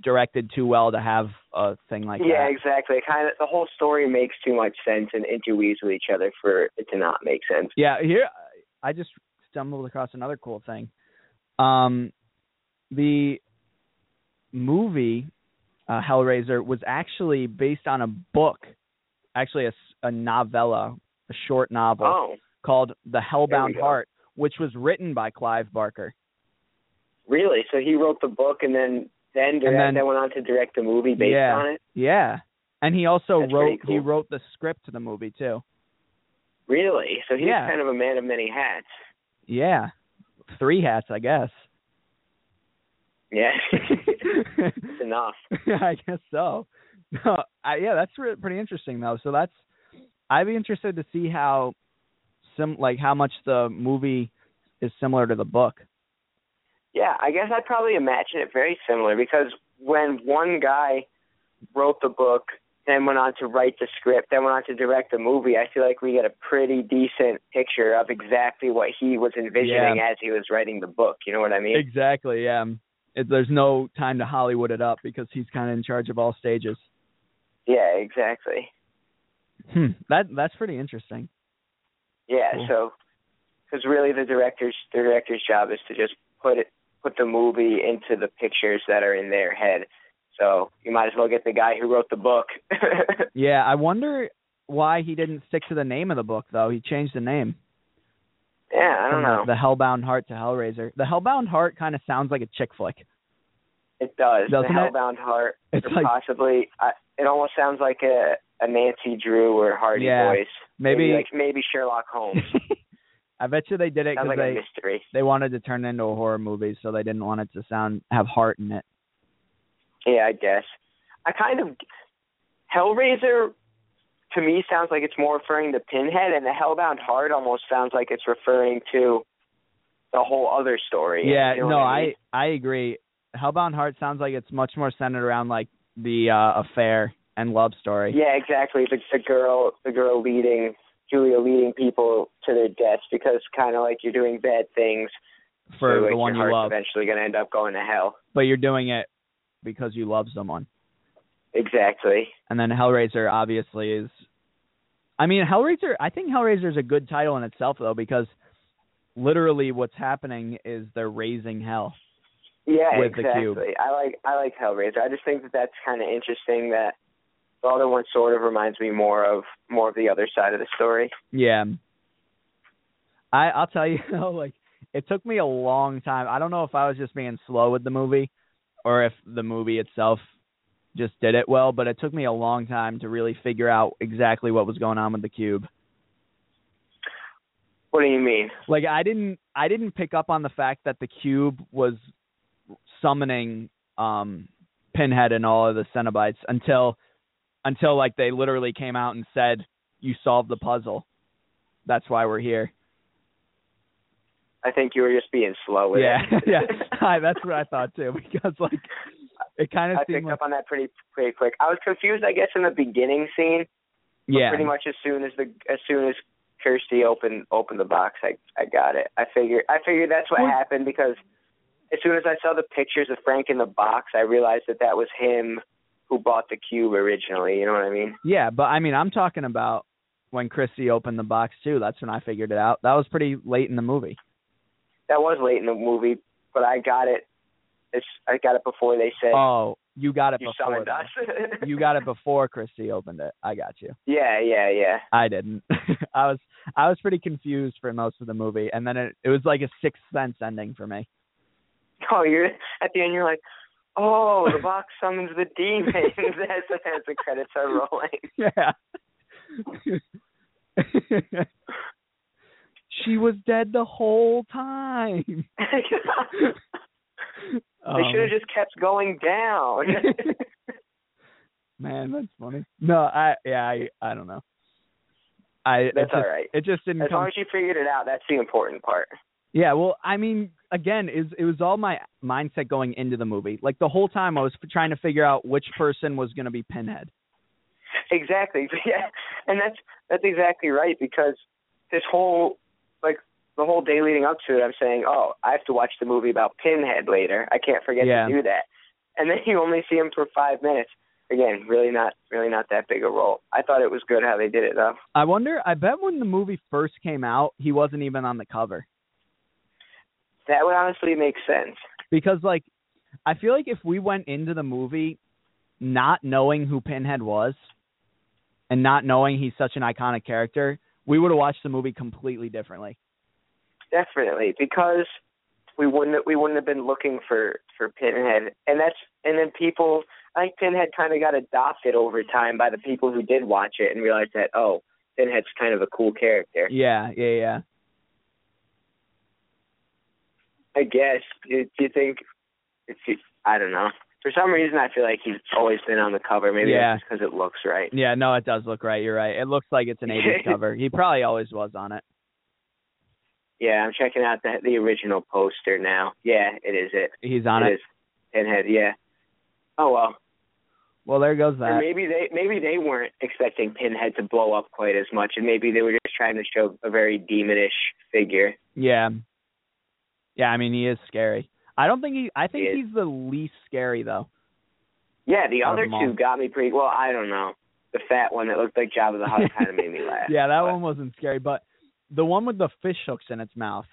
[SPEAKER 1] directed too well to have a thing like
[SPEAKER 2] yeah,
[SPEAKER 1] that.
[SPEAKER 2] exactly. It kind of the whole story makes too much sense and interweaves with each other for it to not make sense.
[SPEAKER 1] Yeah, here I just stumbled across another cool thing. Um, the movie uh, Hellraiser was actually based on a book, actually a, s- a novella, a short novel
[SPEAKER 2] Oh,
[SPEAKER 1] called The Hellbound
[SPEAKER 2] go.
[SPEAKER 1] Heart, which was written by Clive Barker.
[SPEAKER 2] Really? So he wrote the book and then then direct,
[SPEAKER 1] And then-
[SPEAKER 2] then, went on to direct the movie based
[SPEAKER 1] Yeah.
[SPEAKER 2] on it.
[SPEAKER 1] Yeah, and he also
[SPEAKER 2] That's pretty
[SPEAKER 1] wrote he
[SPEAKER 2] cool.
[SPEAKER 1] wrote the script to the movie too.
[SPEAKER 2] Really? So he's
[SPEAKER 1] Yeah.
[SPEAKER 2] kind of a man of many hats.
[SPEAKER 1] Yeah, three hats, I guess.
[SPEAKER 2] Yeah, it's enough.
[SPEAKER 1] I guess so. No, I, yeah, that's re- pretty interesting though. So that's I'd be interested to see how sim like how much the movie is similar to the book.
[SPEAKER 2] Yeah, I guess I'd probably imagine it very similar because when one guy wrote the book, then went on to write the script, then went on to direct the movie, I feel like we get a pretty decent picture of exactly what he was envisioning as he was writing the book. You know what I mean?
[SPEAKER 1] Exactly. Yeah. It, there's no time to Hollywood it up because he's kind of in charge of all stages.
[SPEAKER 2] yeah, exactly.
[SPEAKER 1] Hmm. That that's pretty interesting.
[SPEAKER 2] Yeah,
[SPEAKER 1] Cool.
[SPEAKER 2] so because really the director's the director's job is to just put it put the movie into the pictures that are in their head. So you might as well get the guy who wrote the book.
[SPEAKER 1] Yeah, I wonder why he didn't stick to the name of the book though. He changed the name.
[SPEAKER 2] yeah, I
[SPEAKER 1] from the-
[SPEAKER 2] don't know.
[SPEAKER 1] The Hellbound Heart to Hellraiser. The Hellbound Heart kind of sounds like a chick flick.
[SPEAKER 2] It does. The
[SPEAKER 1] Doesn't it?
[SPEAKER 2] Hellbound Heart,
[SPEAKER 1] It's
[SPEAKER 2] or
[SPEAKER 1] like
[SPEAKER 2] possibly. I, it almost sounds like a a Nancy Drew or Hardy
[SPEAKER 1] Yeah,
[SPEAKER 2] voice.
[SPEAKER 1] maybe
[SPEAKER 2] like maybe Sherlock Holmes.
[SPEAKER 1] I bet you they did it
[SPEAKER 2] sounds
[SPEAKER 1] because
[SPEAKER 2] like a
[SPEAKER 1] they
[SPEAKER 2] mystery.
[SPEAKER 1] they wanted to turn it into a horror movie, so they didn't want it to sound have heart in it.
[SPEAKER 2] Yeah, I guess. I kind of Hellraiser to me sounds like it's more referring to Pinhead, and the Hellbound Heart almost sounds like it's referring to the whole other story.
[SPEAKER 1] Yeah,
[SPEAKER 2] You know
[SPEAKER 1] no,
[SPEAKER 2] what I, mean?
[SPEAKER 1] I I agree. Hellbound Heart sounds like it's much more centered around like the uh affair and love story.
[SPEAKER 2] Yeah, exactly. The, the girl, the girl leading Julia, leading people to their deaths because kind of like you're doing bad things
[SPEAKER 1] for
[SPEAKER 2] so, like,
[SPEAKER 1] the one
[SPEAKER 2] your
[SPEAKER 1] you love,
[SPEAKER 2] heart's Eventually, gonna end up going to hell.
[SPEAKER 1] but you're doing it because you love someone.
[SPEAKER 2] Exactly.
[SPEAKER 1] And then Hellraiser obviously is I mean Hellraiser I think Hellraiser is a good title in itself though because literally what's happening is they're raising hell.
[SPEAKER 2] Yeah,
[SPEAKER 1] with the
[SPEAKER 2] exactly.
[SPEAKER 1] cube.
[SPEAKER 2] I like I like Hellraiser. I just think that that's kind of interesting. That the other one sort of reminds me more of more of the other side of the story.
[SPEAKER 1] Yeah. I I'll tell you like it took me a long time. I don't know if I was just being slow with the movie or if the movie itself just did it well, but it took me a long time to really figure out exactly what was going on with the cube.
[SPEAKER 2] What do you mean?
[SPEAKER 1] Like I didn't I didn't pick up on the fact that the cube was summoning um Pinhead and all of the Cenobites until until like they literally came out and said you solved the puzzle. That's why we're here.
[SPEAKER 2] I think you were just being slow with
[SPEAKER 1] yeah,
[SPEAKER 2] it.
[SPEAKER 1] yeah. Hi, that's what I thought too. Because like, it kind of
[SPEAKER 2] I
[SPEAKER 1] seemed
[SPEAKER 2] picked
[SPEAKER 1] like
[SPEAKER 2] up on that pretty pretty quick. I was confused, I guess, in the beginning scene. but
[SPEAKER 1] yeah,
[SPEAKER 2] Pretty much as soon as the as soon as Kirsty opened opened the box, I I got it. I figured I figured that's what
[SPEAKER 1] Well-
[SPEAKER 2] happened because as soon as I saw the pictures of Frank in the box, I realized that that was him who bought the cube originally. You know what I mean?
[SPEAKER 1] yeah. But I mean, I'm talking about when Chrissy opened the box too. That's when I figured it out. That was pretty late in the movie.
[SPEAKER 2] That was late in the movie, but I got it. It's I got it before they said
[SPEAKER 1] Oh, you got it
[SPEAKER 2] you
[SPEAKER 1] before.
[SPEAKER 2] summoned
[SPEAKER 1] then.
[SPEAKER 2] us.
[SPEAKER 1] you got it before Chrissy opened it. I got you.
[SPEAKER 2] Yeah, yeah, yeah.
[SPEAKER 1] I didn't. I was I was pretty confused for most of the movie, and then it it was like a sixth sense ending for me.
[SPEAKER 2] Oh, you're at the end. You're like, oh, the box summons the demons. as, as the credits are rolling.
[SPEAKER 1] Yeah. she was dead the whole time.
[SPEAKER 2] they
[SPEAKER 1] Oh, Um,
[SPEAKER 2] should have just kept going down.
[SPEAKER 1] Man, that's funny. No, I yeah, I I don't know. I
[SPEAKER 2] That's
[SPEAKER 1] it
[SPEAKER 2] all
[SPEAKER 1] just,
[SPEAKER 2] right.
[SPEAKER 1] It just didn't
[SPEAKER 2] As
[SPEAKER 1] come.
[SPEAKER 2] long as you figured it out, that's the important part.
[SPEAKER 1] yeah, well, I mean, again, is it was all my mindset going into the movie. Like the whole time, I was trying to figure out which person was going to be Pinhead.
[SPEAKER 2] Exactly. Yeah, and that's that's exactly right because this whole like the whole day leading up to it, I'm saying, oh, I have to watch the movie about Pinhead later. I can't forget
[SPEAKER 1] Yeah.
[SPEAKER 2] to do that. And then you only see him for five minutes. Again, really not really not that big a role. I thought it was good how they did it though.
[SPEAKER 1] I wonder. I bet when the movie first came out, he wasn't even on the cover.
[SPEAKER 2] That would honestly make sense.
[SPEAKER 1] because like I feel like if we went into the movie not knowing who Pinhead was and not knowing he's such an iconic character, we would have watched the movie completely differently.
[SPEAKER 2] Definitely, because we wouldn't we wouldn't have been looking for for Pinhead, and that's and then people I think Pinhead kind of got adopted over time by the people who did watch it and realized that oh, Pinhead's kind of a cool character.
[SPEAKER 1] Yeah, yeah, yeah.
[SPEAKER 2] I guess do do you think it's I don't know. For some reason, I feel like he's always been on the cover. Maybe
[SPEAKER 1] Yeah.
[SPEAKER 2] that's because it looks right.
[SPEAKER 1] Yeah, no, it does look right. You're right. It looks like it's an 80s cover. He probably always was on it.
[SPEAKER 2] Yeah, I'm checking out the the original poster now. Yeah, it is it.
[SPEAKER 1] He's on
[SPEAKER 2] it
[SPEAKER 1] it.
[SPEAKER 2] is Pinhead. Yeah. Oh well.
[SPEAKER 1] Well, there goes
[SPEAKER 2] Or
[SPEAKER 1] that.
[SPEAKER 2] maybe they maybe they weren't expecting Pinhead to blow up quite as much, and maybe they were just trying to show a very demonish figure.
[SPEAKER 1] Yeah. Yeah, I mean, he is scary. I don't think he I think
[SPEAKER 2] He is.
[SPEAKER 1] he's the least scary though.
[SPEAKER 2] Yeah, the
[SPEAKER 1] Out of
[SPEAKER 2] other
[SPEAKER 1] them all.
[SPEAKER 2] two got me pretty well. I don't know. The fat one that looked like Jabba the Hutt kind of made me laugh.
[SPEAKER 1] yeah, that
[SPEAKER 2] but-
[SPEAKER 1] one wasn't scary, but the one with the fish hooks in its mouth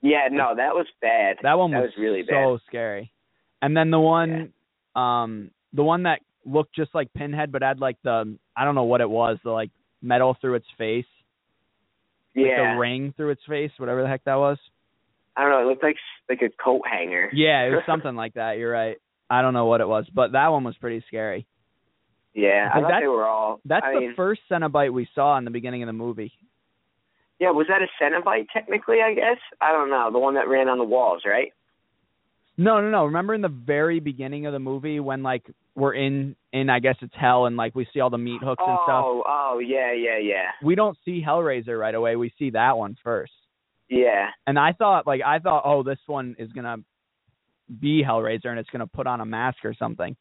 [SPEAKER 2] Yeah, no, that was bad.
[SPEAKER 1] That one
[SPEAKER 2] That
[SPEAKER 1] was,
[SPEAKER 2] was really
[SPEAKER 1] so scary. And then the one, um, the one that looked just like Pinhead, but had like the I don't know what it was, the like metal through its face, like
[SPEAKER 2] yeah,
[SPEAKER 1] the ring through its face, whatever the heck that was.
[SPEAKER 2] I don't know. It looked like s- like a coat hanger.
[SPEAKER 1] Yeah, it was something like that. You're right. I don't know what it was, but that one was pretty scary.
[SPEAKER 2] Yeah,
[SPEAKER 1] Like
[SPEAKER 2] I thought
[SPEAKER 1] that-
[SPEAKER 2] they were all.
[SPEAKER 1] That's
[SPEAKER 2] I
[SPEAKER 1] the
[SPEAKER 2] mean,
[SPEAKER 1] first Cenobite we saw in the beginning of the movie.
[SPEAKER 2] yeah, was that a Cenobite technically? I guess I don't know. The one that ran on the walls, right?
[SPEAKER 1] No, no, no. Remember in the very beginning of the movie when like we're in in I guess it's hell and like we see all the meat hooks and stuff.
[SPEAKER 2] Oh, oh, yeah, yeah, yeah,
[SPEAKER 1] We don't see Hellraiser right away. We see that one first.
[SPEAKER 2] yeah.
[SPEAKER 1] and I thought like I thought, oh, this one is gonna be Hellraiser and it's gonna put on a mask or something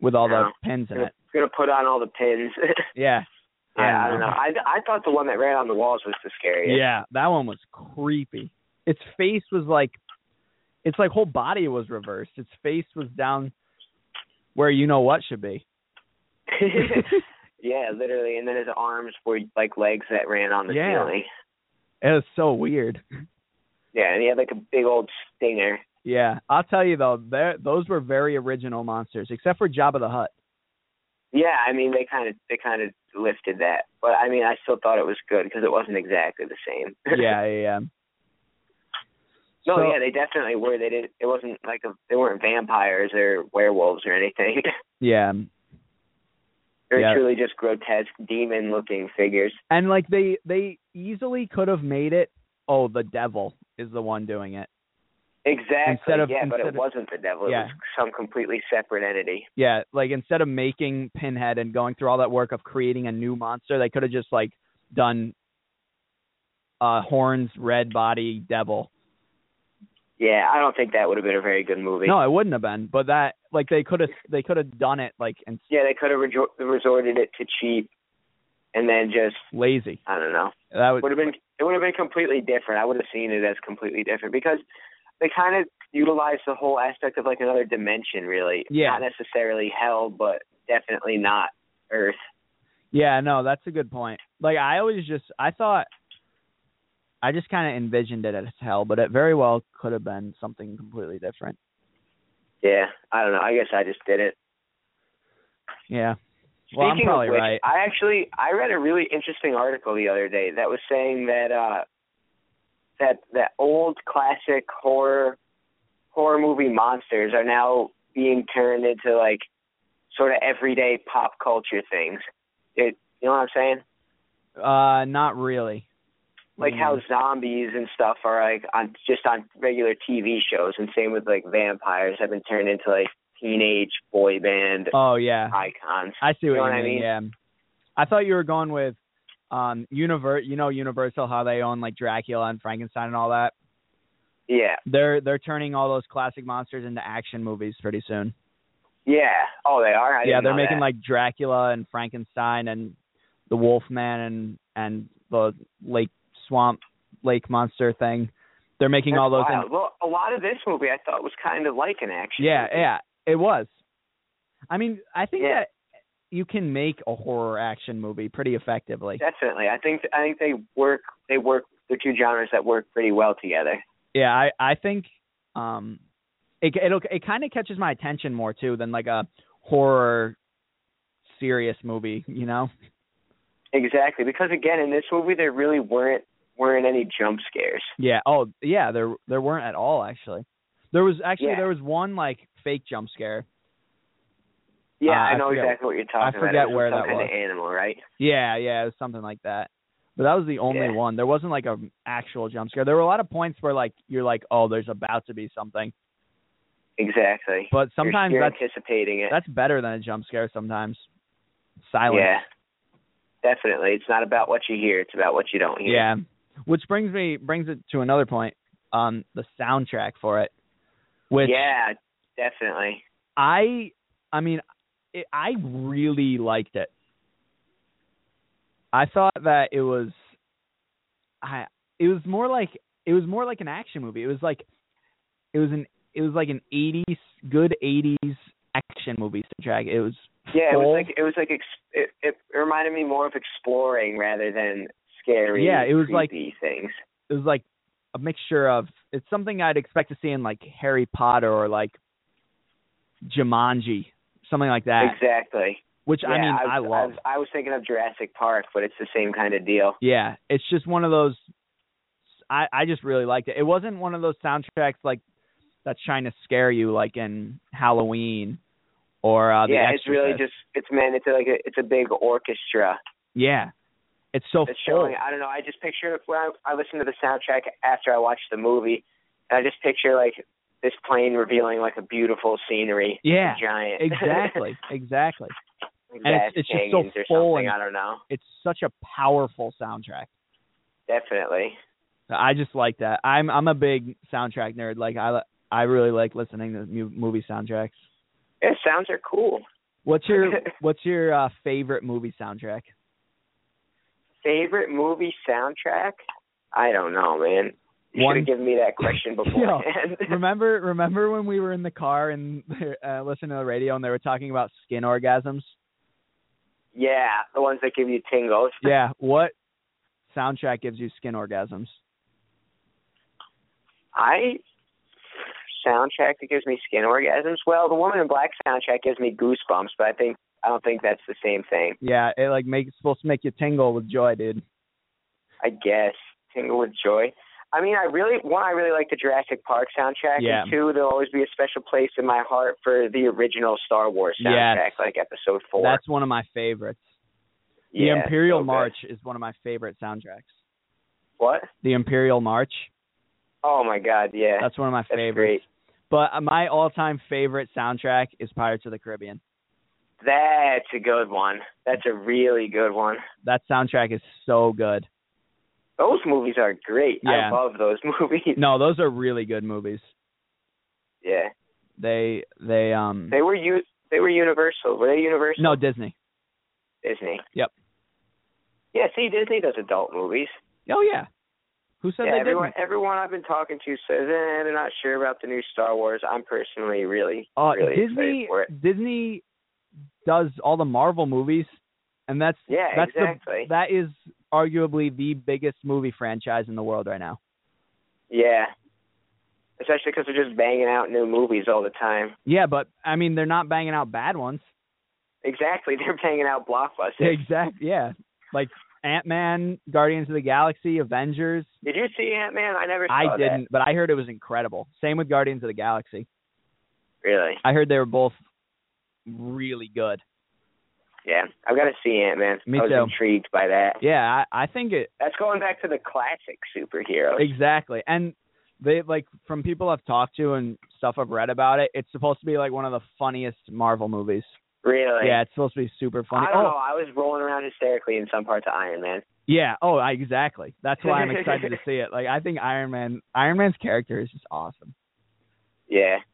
[SPEAKER 1] with all
[SPEAKER 2] No.
[SPEAKER 1] the pins in
[SPEAKER 2] Gonna-
[SPEAKER 1] it.
[SPEAKER 2] gonna put on all the pins.
[SPEAKER 1] Yeah.
[SPEAKER 2] Yeah, I don't know. I I thought the one that ran on the walls was the scariest.
[SPEAKER 1] Yeah, that one was creepy. Its face was like, its like whole body was reversed. Its face was down where you know what should be.
[SPEAKER 2] yeah, literally. And then his arms were like legs that ran on the
[SPEAKER 1] Yeah.
[SPEAKER 2] ceiling.
[SPEAKER 1] It was so weird.
[SPEAKER 2] Yeah, and he had like a big old stinger.
[SPEAKER 1] Yeah, I'll tell you though, there those were very original monsters, except for Jabba the Hutt.
[SPEAKER 2] Yeah, I mean they kind of they kind of lifted that, but I mean I still thought it was good because it wasn't exactly the same.
[SPEAKER 1] Yeah, yeah. yeah.
[SPEAKER 2] no,
[SPEAKER 1] So-
[SPEAKER 2] yeah, they definitely were. They didn't. It wasn't like a, they weren't vampires or werewolves or anything.
[SPEAKER 1] yeah.
[SPEAKER 2] They're
[SPEAKER 1] Yeah.
[SPEAKER 2] truly just grotesque demon-looking figures.
[SPEAKER 1] And like they they easily could have made it. Oh, the devil is the one doing it.
[SPEAKER 2] Exactly.
[SPEAKER 1] Instead of-
[SPEAKER 2] yeah, but
[SPEAKER 1] instead
[SPEAKER 2] it
[SPEAKER 1] of-
[SPEAKER 2] wasn't the devil. It
[SPEAKER 1] Yeah.
[SPEAKER 2] was some completely separate entity.
[SPEAKER 1] Yeah, like instead of making Pinhead and going through all that work of creating a new monster, they could have just like done uh horns, red body, devil.
[SPEAKER 2] Yeah, I don't think that would have been a very good movie.
[SPEAKER 1] No, it wouldn't have been. But that like they could have they could have done it like and
[SPEAKER 2] Yeah, they could have rejo- resorted it to cheap, and then just
[SPEAKER 1] lazy.
[SPEAKER 2] I don't know.
[SPEAKER 1] That would
[SPEAKER 2] Would have been it would have been completely different. I would have seen it as completely different because they kind of utilized the whole aspect of like another dimension, really.
[SPEAKER 1] Yeah.
[SPEAKER 2] Not necessarily hell, but definitely not Earth.
[SPEAKER 1] Yeah, no, that's a good point. Like I always just I thought I just kind of envisioned it as hell, but it very well could have been something completely different.
[SPEAKER 2] Yeah, I don't know. I guess I just did it.
[SPEAKER 1] Yeah. Well, I'm
[SPEAKER 2] Speaking
[SPEAKER 1] probably
[SPEAKER 2] of which,
[SPEAKER 1] right.
[SPEAKER 2] I actually I read a really interesting article the other day that was saying that uh that that old classic horror horror movie monsters are now being turned into like sort of everyday pop culture things. It, you know what I'm saying?
[SPEAKER 1] Uh not really.
[SPEAKER 2] Like how
[SPEAKER 1] Mm-hmm.
[SPEAKER 2] zombies and stuff are like on just on regular TV shows, and same with like vampires have been turned into like teenage boy band
[SPEAKER 1] Oh yeah.
[SPEAKER 2] icons.
[SPEAKER 1] I see what you,
[SPEAKER 2] You know what I
[SPEAKER 1] mean.
[SPEAKER 2] mean?
[SPEAKER 1] Yeah. I thought you were going with um univer you know Universal how they own like Dracula and Frankenstein and all that.
[SPEAKER 2] Yeah.
[SPEAKER 1] They're they're turning all those classic monsters into action movies pretty soon.
[SPEAKER 2] Yeah. Oh, they are.
[SPEAKER 1] yeah,
[SPEAKER 2] I didn't
[SPEAKER 1] they're
[SPEAKER 2] know
[SPEAKER 1] making
[SPEAKER 2] that.
[SPEAKER 1] like Dracula and Frankenstein and the Wolfman and and the lake swamp lake monster thing. They're making all those.
[SPEAKER 2] That's
[SPEAKER 1] in-
[SPEAKER 2] wild. well, a lot of this movie I thought was kind of like an action.
[SPEAKER 1] yeah,
[SPEAKER 2] movie.
[SPEAKER 1] yeah, it was. I mean, I think
[SPEAKER 2] Yeah.
[SPEAKER 1] that you can make a horror action movie pretty effectively.
[SPEAKER 2] definitely. I think I think they work. They work. They're two genres that work pretty well together.
[SPEAKER 1] Yeah, I I think um it it'll, it kind of catches my attention more too than like a horror serious movie, you know?
[SPEAKER 2] Exactly, because again, in this movie there really weren't weren't any jump scares.
[SPEAKER 1] Yeah. Oh, yeah. There there weren't at all actually. There was actually
[SPEAKER 2] Yeah.
[SPEAKER 1] there was one like fake jump scare.
[SPEAKER 2] Yeah,
[SPEAKER 1] Uh, I
[SPEAKER 2] I know
[SPEAKER 1] forget-
[SPEAKER 2] exactly what you're talking about. It
[SPEAKER 1] forget
[SPEAKER 2] was
[SPEAKER 1] where
[SPEAKER 2] some
[SPEAKER 1] that
[SPEAKER 2] kind
[SPEAKER 1] was.
[SPEAKER 2] Of animal, right?
[SPEAKER 1] Yeah, yeah, it was something like that. But that was the only
[SPEAKER 2] Yeah.
[SPEAKER 1] one. There wasn't like a actual jump scare. There were a lot of points where like you're like, oh, there's about to be something.
[SPEAKER 2] Exactly.
[SPEAKER 1] But sometimes
[SPEAKER 2] you're, you're
[SPEAKER 1] that's
[SPEAKER 2] anticipating it.
[SPEAKER 1] that's better than a jump scare. Sometimes silence.
[SPEAKER 2] yeah, definitely. It's not about what you hear; it's about what you don't hear.
[SPEAKER 1] Yeah. Which brings me brings it to another point. Um, the soundtrack for it, which
[SPEAKER 2] yeah, definitely.
[SPEAKER 1] I I mean it, I really liked it. I thought that it was I it was more like it was more like an action movie. It was like it was an it was like an 80s good 80s action movie soundtrack. It was
[SPEAKER 2] Yeah, it
[SPEAKER 1] full-
[SPEAKER 2] was like it was like ex- it, it reminded me more of exploring rather than scary.
[SPEAKER 1] Yeah, it was like-
[SPEAKER 2] creepy things.
[SPEAKER 1] it was like a mixture of it's something I'd expect to see in like Harry Potter or like Jumanji, something like that,
[SPEAKER 2] Exactly.
[SPEAKER 1] which I
[SPEAKER 2] Yeah,
[SPEAKER 1] mean I,
[SPEAKER 2] I, was,
[SPEAKER 1] love.
[SPEAKER 2] was- I was thinking of Jurassic Park, but it's the same kind of deal.
[SPEAKER 1] Yeah, it's just one of those. I I just really liked it. It wasn't one of those soundtracks like that's trying to scare you, like in Halloween or uh, the
[SPEAKER 2] yeah, it's
[SPEAKER 1] Exorcist.
[SPEAKER 2] really just it's man, it's like a, it's a big orchestra.
[SPEAKER 1] yeah, it's so
[SPEAKER 2] It's
[SPEAKER 1] full.
[SPEAKER 2] showing. I don't know. I just picture when I, I listened to the soundtrack after I watched the movie, and I just picture like this plane revealing like a beautiful scenery.
[SPEAKER 1] Yeah,
[SPEAKER 2] giant.
[SPEAKER 1] exactly, exactly.
[SPEAKER 2] Like
[SPEAKER 1] And it's-
[SPEAKER 2] vast
[SPEAKER 1] it's just so
[SPEAKER 2] canyons or
[SPEAKER 1] full
[SPEAKER 2] something.
[SPEAKER 1] and-
[SPEAKER 2] I don't know.
[SPEAKER 1] It's such a powerful soundtrack.
[SPEAKER 2] Definitely.
[SPEAKER 1] I just like that. I'm I'm a big soundtrack nerd. Like I li- I really like listening to mu- movie soundtracks.
[SPEAKER 2] Yeah, sounds are cool.
[SPEAKER 1] What's your What's your uh, favorite movie soundtrack?
[SPEAKER 2] Favorite movie soundtrack? I don't know, man. You
[SPEAKER 1] One-
[SPEAKER 2] should have given me that question beforehand.
[SPEAKER 1] Remember Remember when we were in the car and uh, listening to the radio and they were talking about skin orgasms?
[SPEAKER 2] yeah, the ones that give you tingles.
[SPEAKER 1] Yeah. What soundtrack gives you skin orgasms?
[SPEAKER 2] I soundtrack that gives me skin orgasms. Well, the Woman in Black soundtrack gives me goosebumps, but I think I don't think that's the same thing.
[SPEAKER 1] Yeah, it like makes supposed to make you tingle with joy, dude.
[SPEAKER 2] I guess tingle with joy. I mean, I really one. I really like the Jurassic Park soundtrack,
[SPEAKER 1] Yeah.
[SPEAKER 2] and two, there'll always be a special place in my heart for the original Star Wars
[SPEAKER 1] Yes.
[SPEAKER 2] soundtrack, like Episode Four.
[SPEAKER 1] That's one of my favorites. The
[SPEAKER 2] Yeah,
[SPEAKER 1] Imperial
[SPEAKER 2] so good.
[SPEAKER 1] March is one of my favorite soundtracks.
[SPEAKER 2] What?
[SPEAKER 1] The Imperial March.
[SPEAKER 2] Oh my God! Yeah,
[SPEAKER 1] That's one of my
[SPEAKER 2] That's
[SPEAKER 1] favorites. But uh, my all-time favorite soundtrack is Pirates of the Caribbean.
[SPEAKER 2] that's a good one. That's a really good one.
[SPEAKER 1] That soundtrack is so good.
[SPEAKER 2] Those movies are great.
[SPEAKER 1] Yeah.
[SPEAKER 2] I love those movies.
[SPEAKER 1] No, those are really good movies.
[SPEAKER 2] Yeah,
[SPEAKER 1] They they um
[SPEAKER 2] they were u- They were Universal. Were they Universal?
[SPEAKER 1] no Disney.
[SPEAKER 2] Disney.
[SPEAKER 1] Yep.
[SPEAKER 2] Yeah, see, Disney does adult movies.
[SPEAKER 1] Oh yeah. Who said
[SPEAKER 2] yeah,
[SPEAKER 1] they
[SPEAKER 2] everyone,
[SPEAKER 1] didn't?
[SPEAKER 2] everyone I've been talking to says eh, they're not sure about the new Star Wars. I'm personally really,
[SPEAKER 1] Uh,
[SPEAKER 2] really
[SPEAKER 1] Disney
[SPEAKER 2] excited for it.
[SPEAKER 1] Disney does all the Marvel movies, and that's
[SPEAKER 2] Yeah,
[SPEAKER 1] that's the-
[SPEAKER 2] exactly.
[SPEAKER 1] that is arguably the biggest movie franchise in the world right now.
[SPEAKER 2] yeah, especially because they're just banging out new movies all the time.
[SPEAKER 1] Yeah, but I mean they're not banging out bad ones.
[SPEAKER 2] Exactly, they're banging out blockbusters.
[SPEAKER 1] Exactly. Yeah, like Ant Man, Guardians of the Galaxy, Avengers.
[SPEAKER 2] Did you see Ant Man? I never. Saw
[SPEAKER 1] I
[SPEAKER 2] that.
[SPEAKER 1] didn't, but I heard it was incredible. Same with Guardians of the Galaxy.
[SPEAKER 2] really.
[SPEAKER 1] I heard they were both really good.
[SPEAKER 2] Yeah, I've got to see Ant Man.
[SPEAKER 1] Me
[SPEAKER 2] I was
[SPEAKER 1] too.
[SPEAKER 2] intrigued by that.
[SPEAKER 1] Yeah, I, I think it
[SPEAKER 2] That's going back to the classic superheroes.
[SPEAKER 1] exactly. And they like from people I've talked to and stuff I've read about it. It's supposed to be like one of the funniest Marvel movies.
[SPEAKER 2] Really?
[SPEAKER 1] yeah, it's supposed to be super funny.
[SPEAKER 2] I don't
[SPEAKER 1] oh,
[SPEAKER 2] know. I was rolling around hysterically in some parts of Iron Man.
[SPEAKER 1] yeah. Oh, I, exactly. That's why I'm excited to see it. Like I think Iron Man, Iron Man's character is just awesome.
[SPEAKER 2] Yeah.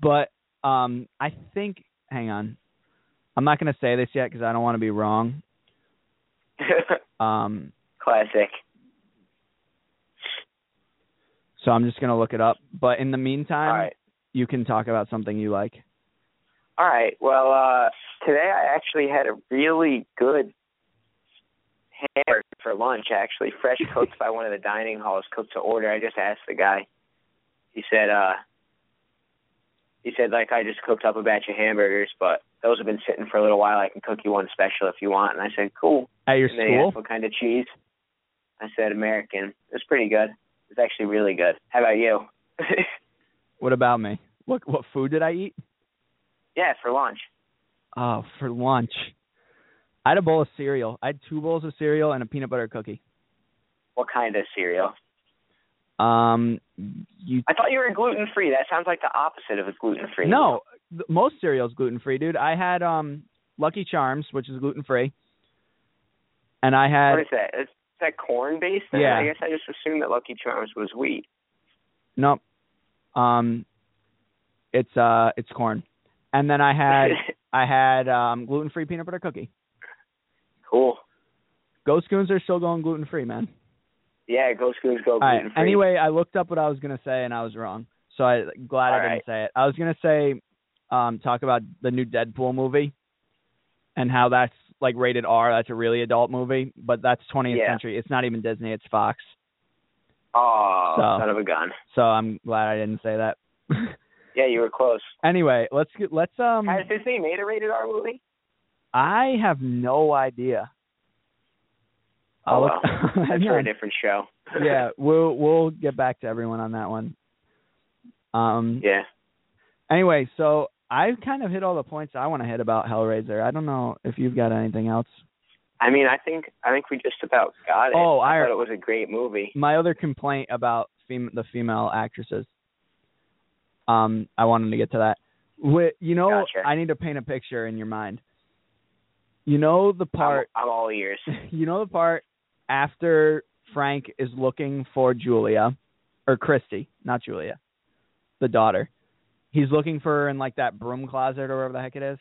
[SPEAKER 1] But um, I think hang on, I'm not gonna say this yet because I don't want to be wrong. Um,
[SPEAKER 2] Classic.
[SPEAKER 1] so I'm just gonna look it up. But in the meantime,
[SPEAKER 2] All right.
[SPEAKER 1] you can talk about something you like.
[SPEAKER 2] All right. Well, uh today I actually had a really good hamburger for lunch. Actually, fresh cooked by one of the dining halls, cooked to order. I just asked the guy. He said, uh he said like I just cooked up a batch of hamburgers, but those have been sitting for a little while. I can cook you one special if you want. And I said, cool.
[SPEAKER 1] At your
[SPEAKER 2] And then he asked
[SPEAKER 1] school?
[SPEAKER 2] what kind of cheese? I said American. It was pretty good. It was actually really good. How about you?
[SPEAKER 1] What about me? What what food did I eat?
[SPEAKER 2] yeah, for lunch.
[SPEAKER 1] Oh, for lunch. I had a bowl of cereal. I had two bowls of cereal and a peanut butter cookie.
[SPEAKER 2] What kind of cereal?
[SPEAKER 1] Um you
[SPEAKER 2] I thought you were gluten free. That sounds like the opposite of a gluten free.
[SPEAKER 1] No, th- most cereal's gluten-free, dude. I had um Lucky Charms, which is gluten-free. And I
[SPEAKER 2] What
[SPEAKER 1] had
[SPEAKER 2] is that? Is that corn based?
[SPEAKER 1] Yeah.
[SPEAKER 2] I guess I just assumed that Lucky Charms was wheat.
[SPEAKER 1] no um it's uh it's corn. And then I had I had um gluten-free peanut butter cookie.
[SPEAKER 2] cool.
[SPEAKER 1] Ghost Goons are still going gluten-free, man.
[SPEAKER 2] Yeah, go Scoobs, go
[SPEAKER 1] All right.
[SPEAKER 2] gluten free.
[SPEAKER 1] Anyway, I looked up what I was gonna say and I was wrong. So I glad I
[SPEAKER 2] All
[SPEAKER 1] didn't say it. I was gonna say, um, talk about the new Deadpool movie and how that's like rated R. That's a really adult movie, but that's 20th
[SPEAKER 2] Yeah.
[SPEAKER 1] century. It's not even Disney. It's Fox.
[SPEAKER 2] Oh,
[SPEAKER 1] So-
[SPEAKER 2] son of a gun.
[SPEAKER 1] So I'm glad I didn't say that.
[SPEAKER 2] Yeah, you were close.
[SPEAKER 1] anyway, let's get let's um.
[SPEAKER 2] Has Disney made a rated R movie?
[SPEAKER 1] I have no idea. I
[SPEAKER 2] Oh,
[SPEAKER 1] looked- I
[SPEAKER 2] That's
[SPEAKER 1] know.
[SPEAKER 2] for a different show.
[SPEAKER 1] yeah, we'll we'll get back to everyone on that one. Um,
[SPEAKER 2] yeah.
[SPEAKER 1] Anyway, so I've kind of hit all the points I want to hit about Hellraiser. I don't know if you've got anything else.
[SPEAKER 2] I mean, I think I think we just about got it.
[SPEAKER 1] Oh,
[SPEAKER 2] I
[SPEAKER 1] I-
[SPEAKER 2] thought it was a great movie.
[SPEAKER 1] My other complaint about fem- the female actresses. Um, I wanted to get to that. Wh- you know,
[SPEAKER 2] Gotcha.
[SPEAKER 1] I need to paint a picture in your mind. You know the part.
[SPEAKER 2] I'm, I'm all ears.
[SPEAKER 1] You know the part after Frank is looking for Julia, or Christy, not Julia, the daughter. He's looking for her in like that broom closet or wherever the heck it is.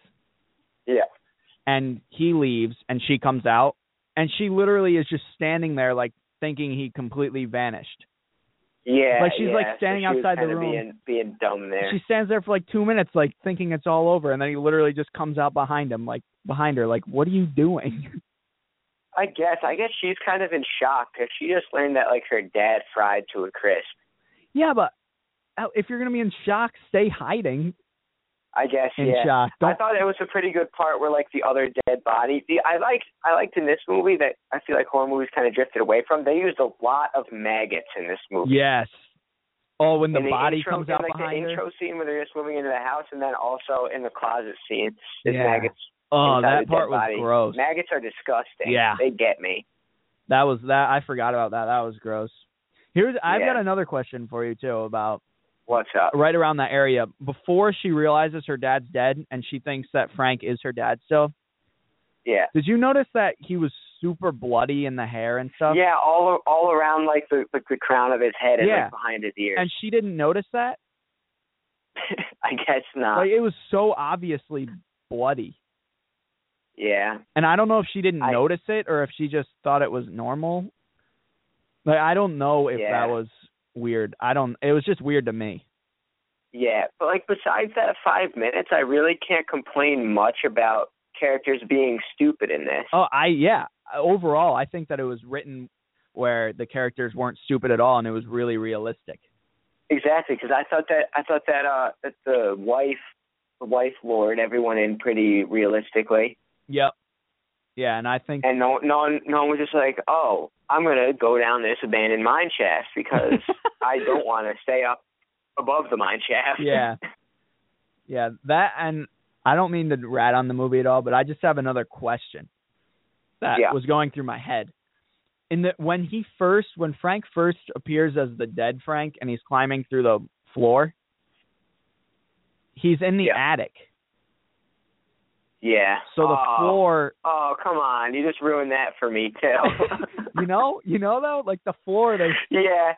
[SPEAKER 2] Yeah.
[SPEAKER 1] and he leaves and she comes out and she literally is just standing there like thinking he completely vanished.
[SPEAKER 2] Yeah.
[SPEAKER 1] Like, she's,
[SPEAKER 2] yeah.
[SPEAKER 1] like, standing
[SPEAKER 2] so she was
[SPEAKER 1] outside the
[SPEAKER 2] kinda
[SPEAKER 1] room.
[SPEAKER 2] Being, being dumb there.
[SPEAKER 1] She stands there for like 2 minutes like thinking it's all over and then he literally just comes out behind him like behind her like what are you doing?
[SPEAKER 2] I guess. I guess she's kind of in shock because she just learned that like her dad fried to a crisp.
[SPEAKER 1] Yeah, but uh, if you're gonna be in shock, stay hiding
[SPEAKER 2] I guess.
[SPEAKER 1] in
[SPEAKER 2] yeah.
[SPEAKER 1] shock.
[SPEAKER 2] I
[SPEAKER 1] Don't,
[SPEAKER 2] thought it was a pretty good part where like the other dead body. The, I liked I liked in this movie that I feel like horror movies kind of drifted away from. They used a lot of maggots in this movie.
[SPEAKER 1] yes. Oh, when the,
[SPEAKER 2] In the
[SPEAKER 1] body
[SPEAKER 2] intro,
[SPEAKER 1] comes
[SPEAKER 2] in,
[SPEAKER 1] out
[SPEAKER 2] like
[SPEAKER 1] behind her.
[SPEAKER 2] the intro scene where they're just moving into the house, and then also in the closet scene, there's
[SPEAKER 1] Yeah.
[SPEAKER 2] maggots.
[SPEAKER 1] Oh,
[SPEAKER 2] inside the
[SPEAKER 1] that
[SPEAKER 2] dead
[SPEAKER 1] part was
[SPEAKER 2] body.
[SPEAKER 1] gross.
[SPEAKER 2] Maggots are disgusting.
[SPEAKER 1] Yeah.
[SPEAKER 2] they get me.
[SPEAKER 1] That was that. I forgot about that. That was gross. Here's I've
[SPEAKER 2] Yeah.
[SPEAKER 1] got another question for you too about
[SPEAKER 2] What's up?
[SPEAKER 1] right around that area before she realizes her dad's dead and she thinks that Frank is her dad still.
[SPEAKER 2] Yeah.
[SPEAKER 1] Did you notice that he was super bloody in the hair and stuff?
[SPEAKER 2] Yeah, all all around like the like the crown of his head and
[SPEAKER 1] Yeah.
[SPEAKER 2] like behind his ears.
[SPEAKER 1] And she didn't notice that.
[SPEAKER 2] I guess not.
[SPEAKER 1] Like it was so obviously bloody.
[SPEAKER 2] yeah.
[SPEAKER 1] And I don't know if she didn't
[SPEAKER 2] I-
[SPEAKER 1] notice it or if she just thought it was normal. Like I don't know if
[SPEAKER 2] Yeah.
[SPEAKER 1] that was weird. I don't it was just weird to me.
[SPEAKER 2] Yeah, but like besides that five minutes, I really can't complain much about characters being stupid in this.
[SPEAKER 1] Oh, I yeah. Overall, I think that it was written where the characters weren't stupid at all, and it was really realistic.
[SPEAKER 2] Exactly, because I thought that I thought that uh that the wife, the wife lured everyone in pretty realistically,
[SPEAKER 1] Yep. Yeah, and I think
[SPEAKER 2] and no no one no one was just like, oh, I'm gonna go down this abandoned mine shaft because I don't want to stay up above the mine shaft.
[SPEAKER 1] Yeah. Yeah, that and I don't mean to rat on the movie at all, but I just have another question that
[SPEAKER 2] Yeah.
[SPEAKER 1] was going through my head. In the when he first when Frank first appears as the dead Frank and he's climbing through the floor, he's in the
[SPEAKER 2] Yeah.
[SPEAKER 1] attic.
[SPEAKER 2] yeah.
[SPEAKER 1] So the
[SPEAKER 2] oh,
[SPEAKER 1] floor
[SPEAKER 2] Oh come on, you just ruined that for me too.
[SPEAKER 1] you know, you know though, like the floor there's
[SPEAKER 2] yeah.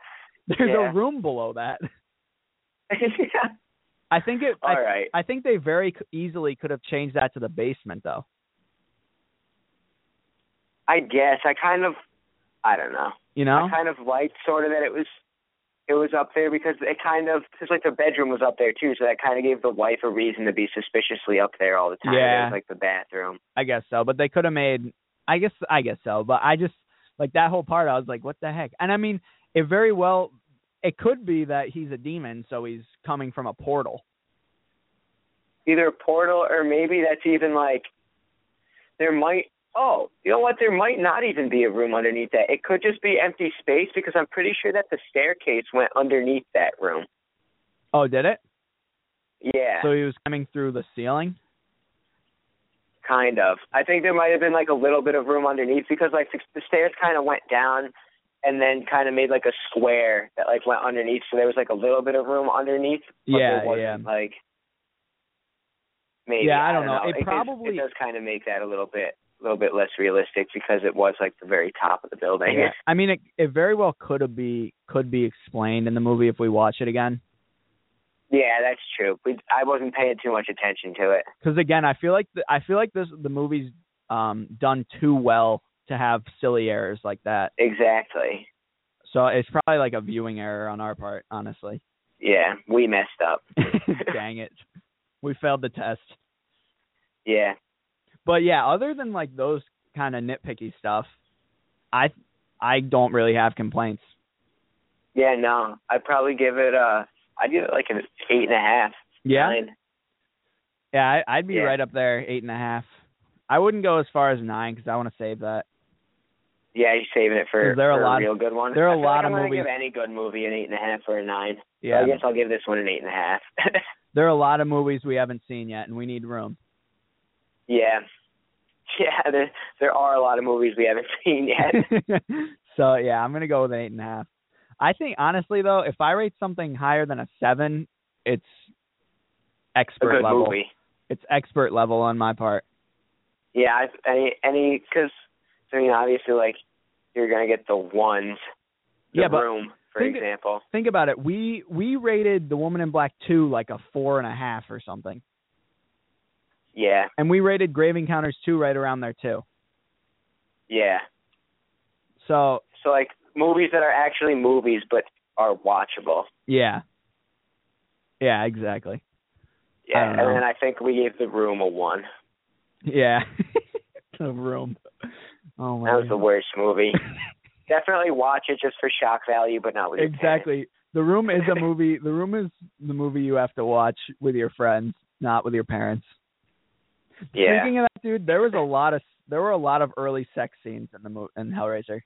[SPEAKER 1] there's
[SPEAKER 2] Yeah.
[SPEAKER 1] a room below that.
[SPEAKER 2] yeah.
[SPEAKER 1] I think it
[SPEAKER 2] All
[SPEAKER 1] I,
[SPEAKER 2] right.
[SPEAKER 1] I think they very c- easily could have changed that to the basement though.
[SPEAKER 2] I guess I kind of, I don't know.
[SPEAKER 1] You know?
[SPEAKER 2] I kind of liked sort of that it was, it was up there because it kind of because like the bedroom was up there too, so that kind of gave the wife a reason to be suspiciously up there all the time.
[SPEAKER 1] Yeah.
[SPEAKER 2] It was like the bathroom.
[SPEAKER 1] I guess so, but they could have made. I guess I guess so, but I just like that whole part. I was like, what the heck? And I mean, it very well. It could be that he's a demon, so he's coming from a portal.
[SPEAKER 2] Either a portal or maybe that's even like, there might. Oh, you know what? There might not even be a room underneath that. It could just be empty space because I'm pretty sure that the staircase went underneath that room.
[SPEAKER 1] Oh, did it?
[SPEAKER 2] Yeah.
[SPEAKER 1] So he was coming through the ceiling.
[SPEAKER 2] kind of. I think there might have been like a little bit of room underneath because like the, the stairs kind of went down and then kind of made like a square that like went underneath, so there was like a little bit of room underneath.
[SPEAKER 1] yeah,
[SPEAKER 2] But there wasn't,
[SPEAKER 1] yeah.
[SPEAKER 2] Like maybe.
[SPEAKER 1] Yeah, I don't
[SPEAKER 2] don't
[SPEAKER 1] know. It
[SPEAKER 2] does-
[SPEAKER 1] probably-
[SPEAKER 2] it does kind of make that a little bit a little bit less realistic because it was like the very top of the building.
[SPEAKER 1] Yeah. I mean, it it very well could have be could be explained in the movie if we watch it again.
[SPEAKER 2] Yeah, that's true. We, I wasn't paying too much attention to it.
[SPEAKER 1] Because again, I feel like the, I feel like this the movie's um done too well to have silly errors like that.
[SPEAKER 2] Exactly.
[SPEAKER 1] So it's probably like a viewing error on our part, honestly.
[SPEAKER 2] Yeah, we messed up.
[SPEAKER 1] Dang it. We failed the test.
[SPEAKER 2] Yeah.
[SPEAKER 1] But yeah, other than like those kind of nitpicky stuff, I I don't really have complaints.
[SPEAKER 2] Yeah, no. I'd probably give it uh I'd give it like an eight and a half.
[SPEAKER 1] Yeah.
[SPEAKER 2] nine.
[SPEAKER 1] Yeah, I, I'd be
[SPEAKER 2] Yeah.
[SPEAKER 1] right up there, eight and a half. I wouldn't go as far as nine because I want to save that.
[SPEAKER 2] Oh, Yeah, you're saving it for,
[SPEAKER 1] Is there a
[SPEAKER 2] for
[SPEAKER 1] lot of-
[SPEAKER 2] real good one.
[SPEAKER 1] there are
[SPEAKER 2] I
[SPEAKER 1] a
[SPEAKER 2] feel
[SPEAKER 1] lot
[SPEAKER 2] like
[SPEAKER 1] of
[SPEAKER 2] I'm gonna
[SPEAKER 1] movies-
[SPEAKER 2] Give any good movie an eight and a half or a nine. So
[SPEAKER 1] Yeah,
[SPEAKER 2] I guess I'll give this one an eight and a half.
[SPEAKER 1] there are a lot of movies we haven't seen yet, and we need room.
[SPEAKER 2] yeah, yeah. There there are a lot of movies we haven't seen yet.
[SPEAKER 1] so yeah, I'm gonna go with eight and a half. I think honestly though, if I rate something higher than a seven, it's
[SPEAKER 2] a
[SPEAKER 1] expert
[SPEAKER 2] good
[SPEAKER 1] level.
[SPEAKER 2] movie.
[SPEAKER 1] It's expert level on my part.
[SPEAKER 2] Yeah, I, any any because I mean obviously like you're gonna get the ones. The
[SPEAKER 1] Yeah, but
[SPEAKER 2] room for
[SPEAKER 1] think-
[SPEAKER 2] example.
[SPEAKER 1] think about it. We we rated The Woman in Black two like a four and a half or something,
[SPEAKER 2] Yeah,
[SPEAKER 1] and we rated Grave Encounters two right around there too.
[SPEAKER 2] yeah.
[SPEAKER 1] So
[SPEAKER 2] So like movies that are actually movies but are watchable.
[SPEAKER 1] yeah, yeah, exactly. I
[SPEAKER 2] Yeah,
[SPEAKER 1] don't know.
[SPEAKER 2] and then I think we gave the room a one.
[SPEAKER 1] Yeah, the room. Oh my.
[SPEAKER 2] That was the
[SPEAKER 1] God.
[SPEAKER 2] worst movie. Definitely watch it just for shock value, but not with your parents.
[SPEAKER 1] Exactly. The Room is a movie. The Room is the movie you have to watch with your friends, not with your parents.
[SPEAKER 2] Yeah.
[SPEAKER 1] Speaking of that, dude, there was a lot of there were a lot of early sex scenes in the mo- in Hellraiser.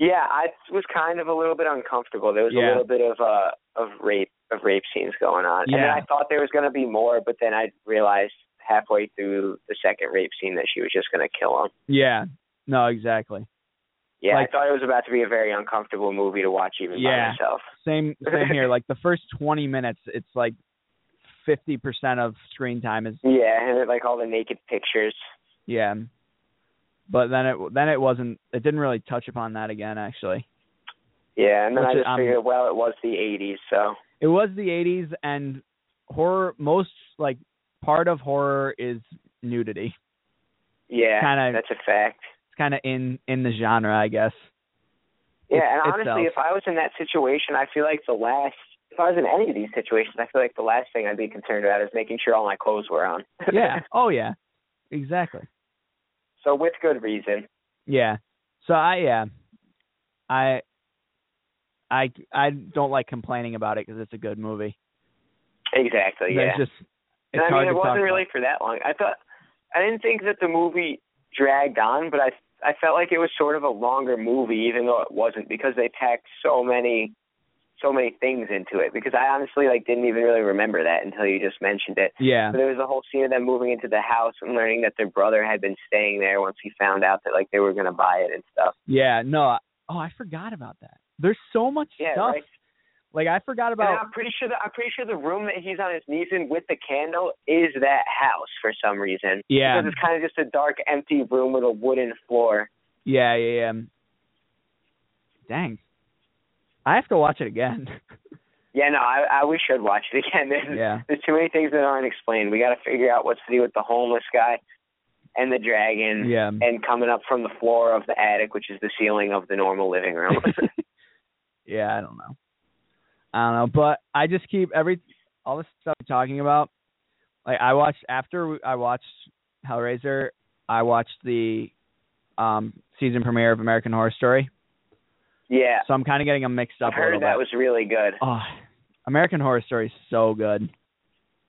[SPEAKER 2] Yeah, I was kind of a little bit uncomfortable. There was
[SPEAKER 1] Yeah.
[SPEAKER 2] a little bit of uh of rape of rape scenes going on. And then
[SPEAKER 1] Yeah.
[SPEAKER 2] I thought there was gonna be more, but then I realized halfway through the second rape scene that she was just gonna kill him.
[SPEAKER 1] Yeah. No, exactly.
[SPEAKER 2] Yeah,
[SPEAKER 1] Like-
[SPEAKER 2] I thought it was about to be a very uncomfortable movie to watch even
[SPEAKER 1] Yeah.
[SPEAKER 2] by myself.
[SPEAKER 1] Same same here. Like the first twenty minutes, it's like fifty percent of screen time is
[SPEAKER 2] Yeah, and like all the naked pictures.
[SPEAKER 1] yeah. But then it then it wasn't. It didn't really touch upon that again. Actually,
[SPEAKER 2] Yeah, and then
[SPEAKER 1] Which is- um,
[SPEAKER 2] I just
[SPEAKER 1] I'm-
[SPEAKER 2] figured, well, it was the '80s, so
[SPEAKER 1] it was the '80s and horror. Most like part of horror is nudity.
[SPEAKER 2] yeah,
[SPEAKER 1] Kinda-
[SPEAKER 2] that's a fact.
[SPEAKER 1] It's kind of in in the genre, I guess.
[SPEAKER 2] Yeah,
[SPEAKER 1] it-
[SPEAKER 2] and honestly,
[SPEAKER 1] itself.
[SPEAKER 2] if I was in that situation, I feel like the last. If I was in any of these situations, I feel like the last thing I'd be concerned about is making sure all my clothes were on.
[SPEAKER 1] Yeah. oh yeah. Exactly.
[SPEAKER 2] so with good reason.
[SPEAKER 1] Yeah. So I yeah, I I I don't like complaining about it because it's a good movie.
[SPEAKER 2] Exactly.
[SPEAKER 1] There's
[SPEAKER 2] yeah.
[SPEAKER 1] just it's
[SPEAKER 2] and I
[SPEAKER 1] hard
[SPEAKER 2] mean, it
[SPEAKER 1] to talk
[SPEAKER 2] wasn't really for that long. I thought I didn't think that the movie dragged on, but I I felt like it was sort of a longer movie, even though it wasn't, because they packed so many so many things into it. Because I honestly like didn't even really remember that until you just mentioned
[SPEAKER 1] about.
[SPEAKER 2] it.
[SPEAKER 1] Yeah.
[SPEAKER 2] But there was a whole scene of them moving into the house and learning that their brother had been staying there once he found out that like they were gonna buy it and stuff.
[SPEAKER 1] Yeah. No. I- Oh, I forgot about that. There's so much
[SPEAKER 2] Yeah,
[SPEAKER 1] stuff.
[SPEAKER 2] right.
[SPEAKER 1] Like I forgot
[SPEAKER 2] And
[SPEAKER 1] about.
[SPEAKER 2] I'm pretty sure that I'm pretty sure the room that he's on his knees in with the candle is that house for some reason.
[SPEAKER 1] Yeah.
[SPEAKER 2] Because it's kind of just a dark, empty room with a wooden floor.
[SPEAKER 1] Yeah. Yeah. Yeah. Dang. I have to watch it again.
[SPEAKER 2] Yeah, no, I, I we should watch it again. There's,
[SPEAKER 1] Yeah.
[SPEAKER 2] there's too many things that aren't explained. We got to figure out what to do with the homeless guy and the dragon
[SPEAKER 1] yeah.
[SPEAKER 2] and coming up from the floor of the attic, which is the ceiling of the normal living room.
[SPEAKER 1] yeah, I don't know. I don't know, but I just keep every all this stuff I'm talking about. Like I watched after we- I watched Hellraiser, I watched the um season premiere of American Horror Story.
[SPEAKER 2] yeah.
[SPEAKER 1] So I'm kind of getting them mixed up
[SPEAKER 2] I've
[SPEAKER 1] a little
[SPEAKER 2] heard that
[SPEAKER 1] bit.
[SPEAKER 2] was really good.
[SPEAKER 1] oh, American Horror Story is so good.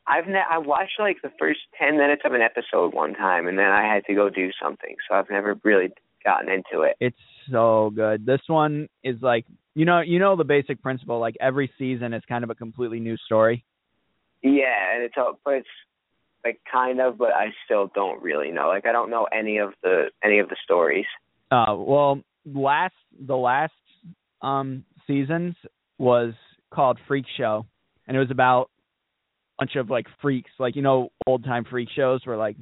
[SPEAKER 2] I've ne- I watched like the first ten minutes of an episode one time, and then I had to go do something, so I've never really gotten into it.
[SPEAKER 1] It's so good. This one is like you know you know the basic principle like every season is kind of a completely new story.
[SPEAKER 2] Yeah, and it's all, but it's like kind of, but I still don't really know. Like I don't know any of the any of the stories.
[SPEAKER 1] Uh, well, last the last um seasons was called Freak Show, and it was about a bunch of like freaks, like you know old time freak shows where like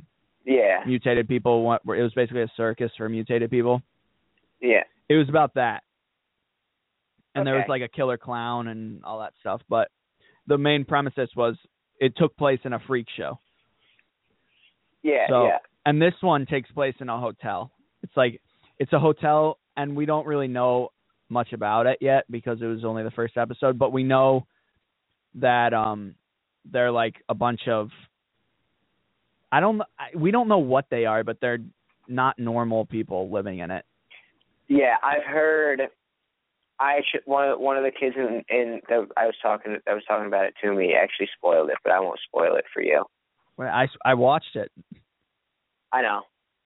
[SPEAKER 2] Yeah,
[SPEAKER 1] mutated people went. Where it was basically a circus for mutated people.
[SPEAKER 2] yeah,
[SPEAKER 1] It was about that, and there was
[SPEAKER 2] Okay.
[SPEAKER 1] like a killer clown and all that stuff. But the main premises was it took place in a freak show,
[SPEAKER 2] yeah,
[SPEAKER 1] So-
[SPEAKER 2] yeah.
[SPEAKER 1] and this one takes place in a hotel. It's like it's a hotel, and we don't really know much about it yet because it was only the first episode. But we know that um they're like a bunch of I don't I, we don't know what they are, but they're not normal people living in it.
[SPEAKER 2] Yeah, I've heard. I actually one of one of the kids in in the, I was talking I was talking about it to me actually spoiled it, but I won't spoil it for you.
[SPEAKER 1] When I I watched it,
[SPEAKER 2] I know,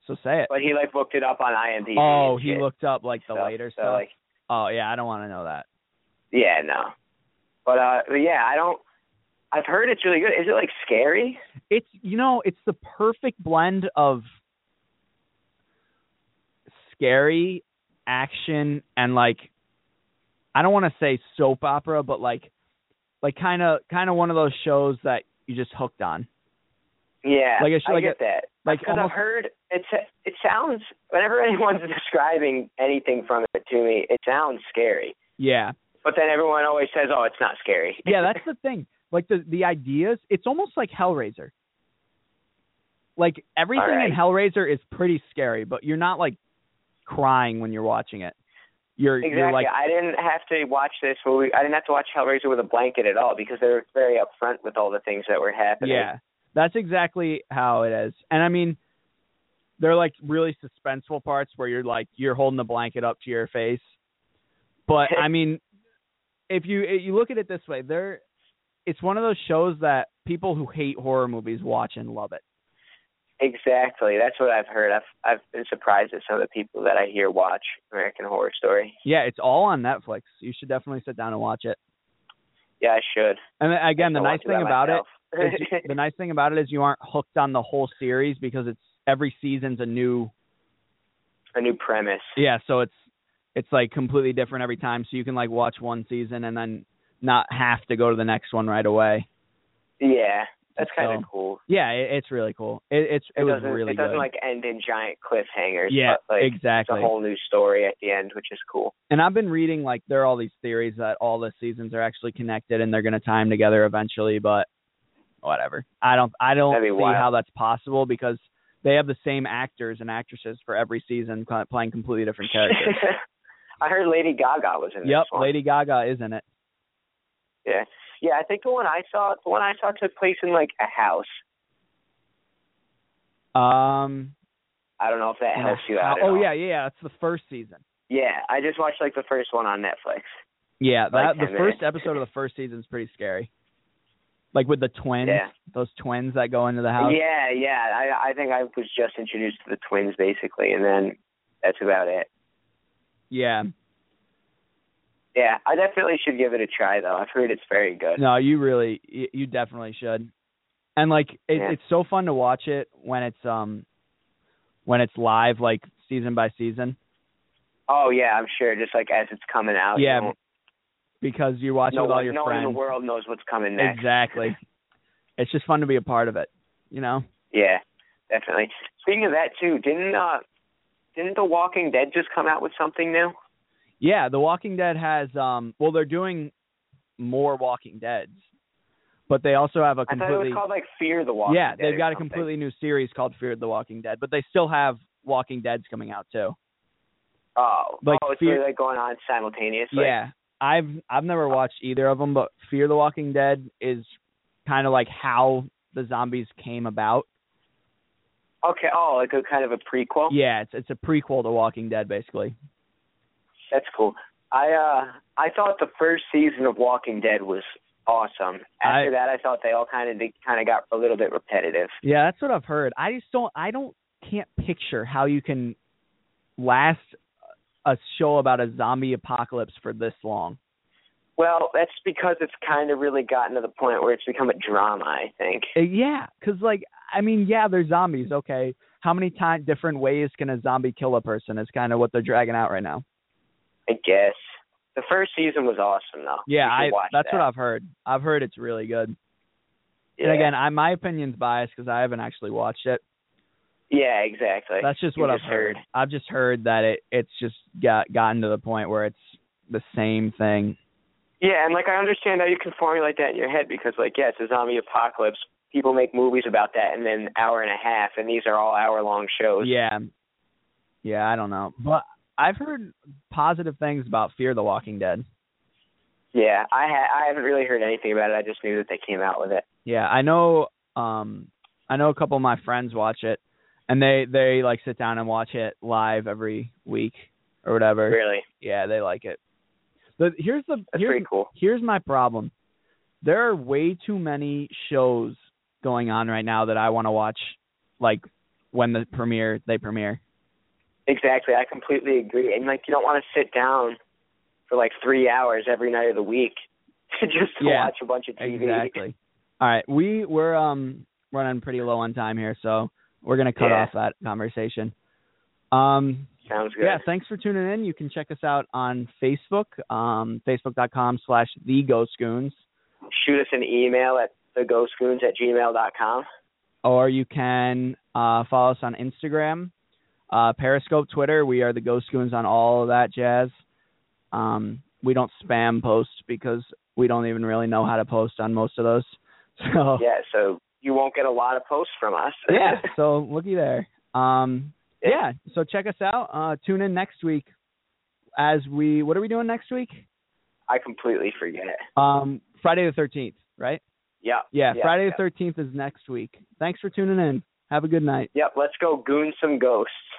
[SPEAKER 1] so say it.
[SPEAKER 2] but he like looked it up on IMDb. and
[SPEAKER 1] Oh, he
[SPEAKER 2] shit,
[SPEAKER 1] looked up like the
[SPEAKER 2] so-
[SPEAKER 1] later
[SPEAKER 2] so,
[SPEAKER 1] stuff.
[SPEAKER 2] Like,
[SPEAKER 1] oh yeah, I don't want to know that.
[SPEAKER 2] yeah, no, but uh, but yeah, I don't. I've heard it's really good. Is it like scary?
[SPEAKER 1] it's you know it's the perfect blend of scary action and like i don't want to say soap opera but like like kind of kind of one of those shows that you just hooked on
[SPEAKER 2] Yeah,
[SPEAKER 1] Like, I should-
[SPEAKER 2] I
[SPEAKER 1] like
[SPEAKER 2] get that.
[SPEAKER 1] like
[SPEAKER 2] Because
[SPEAKER 1] almost
[SPEAKER 2] I've heard it. It sounds whenever anyone's describing anything from it to me, it sounds scary.
[SPEAKER 1] yeah
[SPEAKER 2] But then everyone always says, "Oh, it's not scary."
[SPEAKER 1] yeah that's the thing like the the ideas it's almost like hellraiser like everything
[SPEAKER 2] right.
[SPEAKER 1] in hellraiser is pretty scary but you're not like crying when you're watching it you're
[SPEAKER 2] exactly.
[SPEAKER 1] you're like
[SPEAKER 2] I didn't have to watch this movie. I didn't have to watch Hellraiser with a blanket at all because they were very upfront with all the things that were happening.
[SPEAKER 1] Yeah, that's exactly how it is. And I mean, they're like really suspenseful parts where you're like you're holding the blanket up to your face. But I mean, if you if you look at it this way, there, it's one of those shows that people who hate horror movies watch and love it.
[SPEAKER 2] Exactly. That's what I've heard. I've I've been surprised at some of the people that I hear watch American Horror Story.
[SPEAKER 1] Yeah, it's all on Netflix. You should definitely sit down and watch it.
[SPEAKER 2] Yeah, I should.
[SPEAKER 1] And then, again, the
[SPEAKER 2] I'll
[SPEAKER 1] nice
[SPEAKER 2] watch it
[SPEAKER 1] thing
[SPEAKER 2] by
[SPEAKER 1] about it
[SPEAKER 2] myself.
[SPEAKER 1] is you- the nice thing about it is you aren't hooked on the whole series because it's every season's a new
[SPEAKER 2] a new premise.
[SPEAKER 1] yeah so it's it's like completely different every time so you can like watch one season and then not have to go to the next one right away
[SPEAKER 2] Yeah, that's kind of
[SPEAKER 1] So,
[SPEAKER 2] cool.
[SPEAKER 1] yeah it, it's really cool it it's it,
[SPEAKER 2] It,
[SPEAKER 1] was
[SPEAKER 2] doesn't
[SPEAKER 1] really
[SPEAKER 2] it doesn't
[SPEAKER 1] good
[SPEAKER 2] like end in giant cliffhangers.
[SPEAKER 1] yeah
[SPEAKER 2] but, like, It's
[SPEAKER 1] exactly
[SPEAKER 2] a whole new story at the end, which is cool.
[SPEAKER 1] and i've been reading like there are all these theories that all the seasons are actually connected and they're going to tie them together eventually but whatever i don't i don't
[SPEAKER 2] That'd
[SPEAKER 1] see
[SPEAKER 2] be wild.
[SPEAKER 1] how that's possible because they have the same actors and actresses for every season kind of playing completely different characters
[SPEAKER 2] I heard Lady Gaga was in
[SPEAKER 1] yep
[SPEAKER 2] this one.
[SPEAKER 1] lady gaga is in it
[SPEAKER 2] Yeah, yeah. I think the one I saw, the one I saw took place in like a house.
[SPEAKER 1] um
[SPEAKER 2] I don't know if that
[SPEAKER 1] and
[SPEAKER 2] helps
[SPEAKER 1] a
[SPEAKER 2] you
[SPEAKER 1] hou-
[SPEAKER 2] out. at
[SPEAKER 1] oh
[SPEAKER 2] all.
[SPEAKER 1] yeah yeah yeah, that's the first season
[SPEAKER 2] Yeah, I just watched like the first one on Netflix.
[SPEAKER 1] Yeah, that
[SPEAKER 2] Like
[SPEAKER 1] the
[SPEAKER 2] 10
[SPEAKER 1] first
[SPEAKER 2] minutes.
[SPEAKER 1] episode of the first season is pretty scary. Like with the twins,
[SPEAKER 2] Yeah.
[SPEAKER 1] those twins that go into the house.
[SPEAKER 2] Yeah, yeah. I I think I was just introduced to the twins basically, and then that's about it.
[SPEAKER 1] Yeah.
[SPEAKER 2] Yeah, I definitely should give it a try though. I've heard it's very good.
[SPEAKER 1] No, you really, y- you definitely should. And like, it,
[SPEAKER 2] Yeah.
[SPEAKER 1] it's so fun to watch it when it's um, when it's live, like season by season,
[SPEAKER 2] Oh yeah, I'm sure. Just like as it's coming out. you
[SPEAKER 1] Yeah,
[SPEAKER 2] won't-
[SPEAKER 1] because you watch it
[SPEAKER 2] no
[SPEAKER 1] with all
[SPEAKER 2] one,
[SPEAKER 1] your
[SPEAKER 2] no one in
[SPEAKER 1] friends.
[SPEAKER 2] the world knows what's coming next.
[SPEAKER 1] exactly. It's just fun to be a part of it, you know.
[SPEAKER 2] Yeah, definitely. Speaking of that too, didn't uh didn't The Walking Dead just come out with something new?
[SPEAKER 1] Yeah, The Walking Dead has um, well, they're doing more Walking Deads, but they also have a
[SPEAKER 2] I thought it
[SPEAKER 1] completely
[SPEAKER 2] was called like Fear the Walking
[SPEAKER 1] yeah,
[SPEAKER 2] Dead.
[SPEAKER 1] they've
[SPEAKER 2] or
[SPEAKER 1] got a
[SPEAKER 2] something.
[SPEAKER 1] completely new series called Fear of the Walking Dead, but they still have Walking Deads coming out too.
[SPEAKER 2] Oh,
[SPEAKER 1] like,
[SPEAKER 2] oh, it's
[SPEAKER 1] Fear-
[SPEAKER 2] really like going on simultaneously.
[SPEAKER 1] yeah, I've I've never watched either of them, but Fear the Walking Dead is kind of like how the zombies came about.
[SPEAKER 2] Okay. Oh, like a kind of a prequel.
[SPEAKER 1] Yeah, it's it's a prequel to Walking Dead basically.
[SPEAKER 2] That's cool. I uh I thought the first season of Walking Dead was awesome. After
[SPEAKER 1] I-
[SPEAKER 2] that, I thought they all kind of they kind of got a little bit repetitive.
[SPEAKER 1] Yeah, that's what I've heard. I just don't I don't can't picture how you can last a show about a zombie apocalypse for this long.
[SPEAKER 2] Well, that's because it's kind of really gotten to the point where it's become a drama. I think.
[SPEAKER 1] Uh, Yeah, because like I mean, yeah, they're zombies. Okay, how many time different ways can a zombie kill a person? Is kind of what they're dragging out right now.
[SPEAKER 2] I guess the first season was awesome though.
[SPEAKER 1] Yeah,
[SPEAKER 2] You
[SPEAKER 1] I
[SPEAKER 2] should watch
[SPEAKER 1] that's
[SPEAKER 2] that.
[SPEAKER 1] what I've heard. I've heard it's really good.
[SPEAKER 2] Yeah.
[SPEAKER 1] And again, I my opinion's biased because I haven't actually watched it.
[SPEAKER 2] Yeah, exactly.
[SPEAKER 1] That's just
[SPEAKER 2] you
[SPEAKER 1] what
[SPEAKER 2] just
[SPEAKER 1] I've heard. I've just heard that it it's just got gotten to the point where it's the same thing.
[SPEAKER 2] Yeah, and like I understand how you can formulate that in your head because like yeah, it's a zombie apocalypse. People make movies about that and then hour and a half and these are all hour long shows.
[SPEAKER 1] Yeah, yeah, I don't know, but I've heard positive things about Fear the Walking Dead.
[SPEAKER 2] Yeah, I ha- I haven't really heard anything about it. I just knew that they came out with it.
[SPEAKER 1] Yeah, I know um I know a couple of my friends watch it and they they like sit down and watch it live every week or whatever.
[SPEAKER 2] Really,
[SPEAKER 1] Yeah, they like it. But here's the
[SPEAKER 2] that's
[SPEAKER 1] here's,
[SPEAKER 2] pretty cool.
[SPEAKER 1] here's my problem. There are way too many shows going on right now that I want to watch like when the premiere they premiere.
[SPEAKER 2] Exactly, I completely agree. And like you don't want to sit down for like three hours every night of the week just to
[SPEAKER 1] Yeah,
[SPEAKER 2] watch a bunch of TV.
[SPEAKER 1] Exactly. All right, we we're um running pretty low on time here, so we're going to cut
[SPEAKER 2] Yeah.
[SPEAKER 1] off that conversation. Um
[SPEAKER 2] Sounds good.
[SPEAKER 1] Yeah, thanks for tuning in. You can check us out on Facebook, um, facebook.com slash the Ghost Goons,
[SPEAKER 2] Shoot us an email at theghostgoons at gmail dot com.
[SPEAKER 1] or you can uh, follow us on Instagram, uh, Periscope, Twitter. We are the Ghost Goons on all of that jazz. Um, we don't spam post because we don't even really know how to post on most of those. So
[SPEAKER 2] Yeah, so you won't get a lot of posts from us.
[SPEAKER 1] Oh. yeah, so looky there. Um,
[SPEAKER 2] Yeah.
[SPEAKER 1] yeah, so check us out. Uh, tune in next week as we. What are we doing next week?
[SPEAKER 2] I completely forget.
[SPEAKER 1] Um, Friday the thirteenth, right?
[SPEAKER 2] Yeah.
[SPEAKER 1] Yeah,
[SPEAKER 2] Yeah,
[SPEAKER 1] Friday
[SPEAKER 2] yeah.
[SPEAKER 1] the 13th is next week. Thanks for tuning in. Have a good night.
[SPEAKER 2] Yep, let's go goon some ghosts.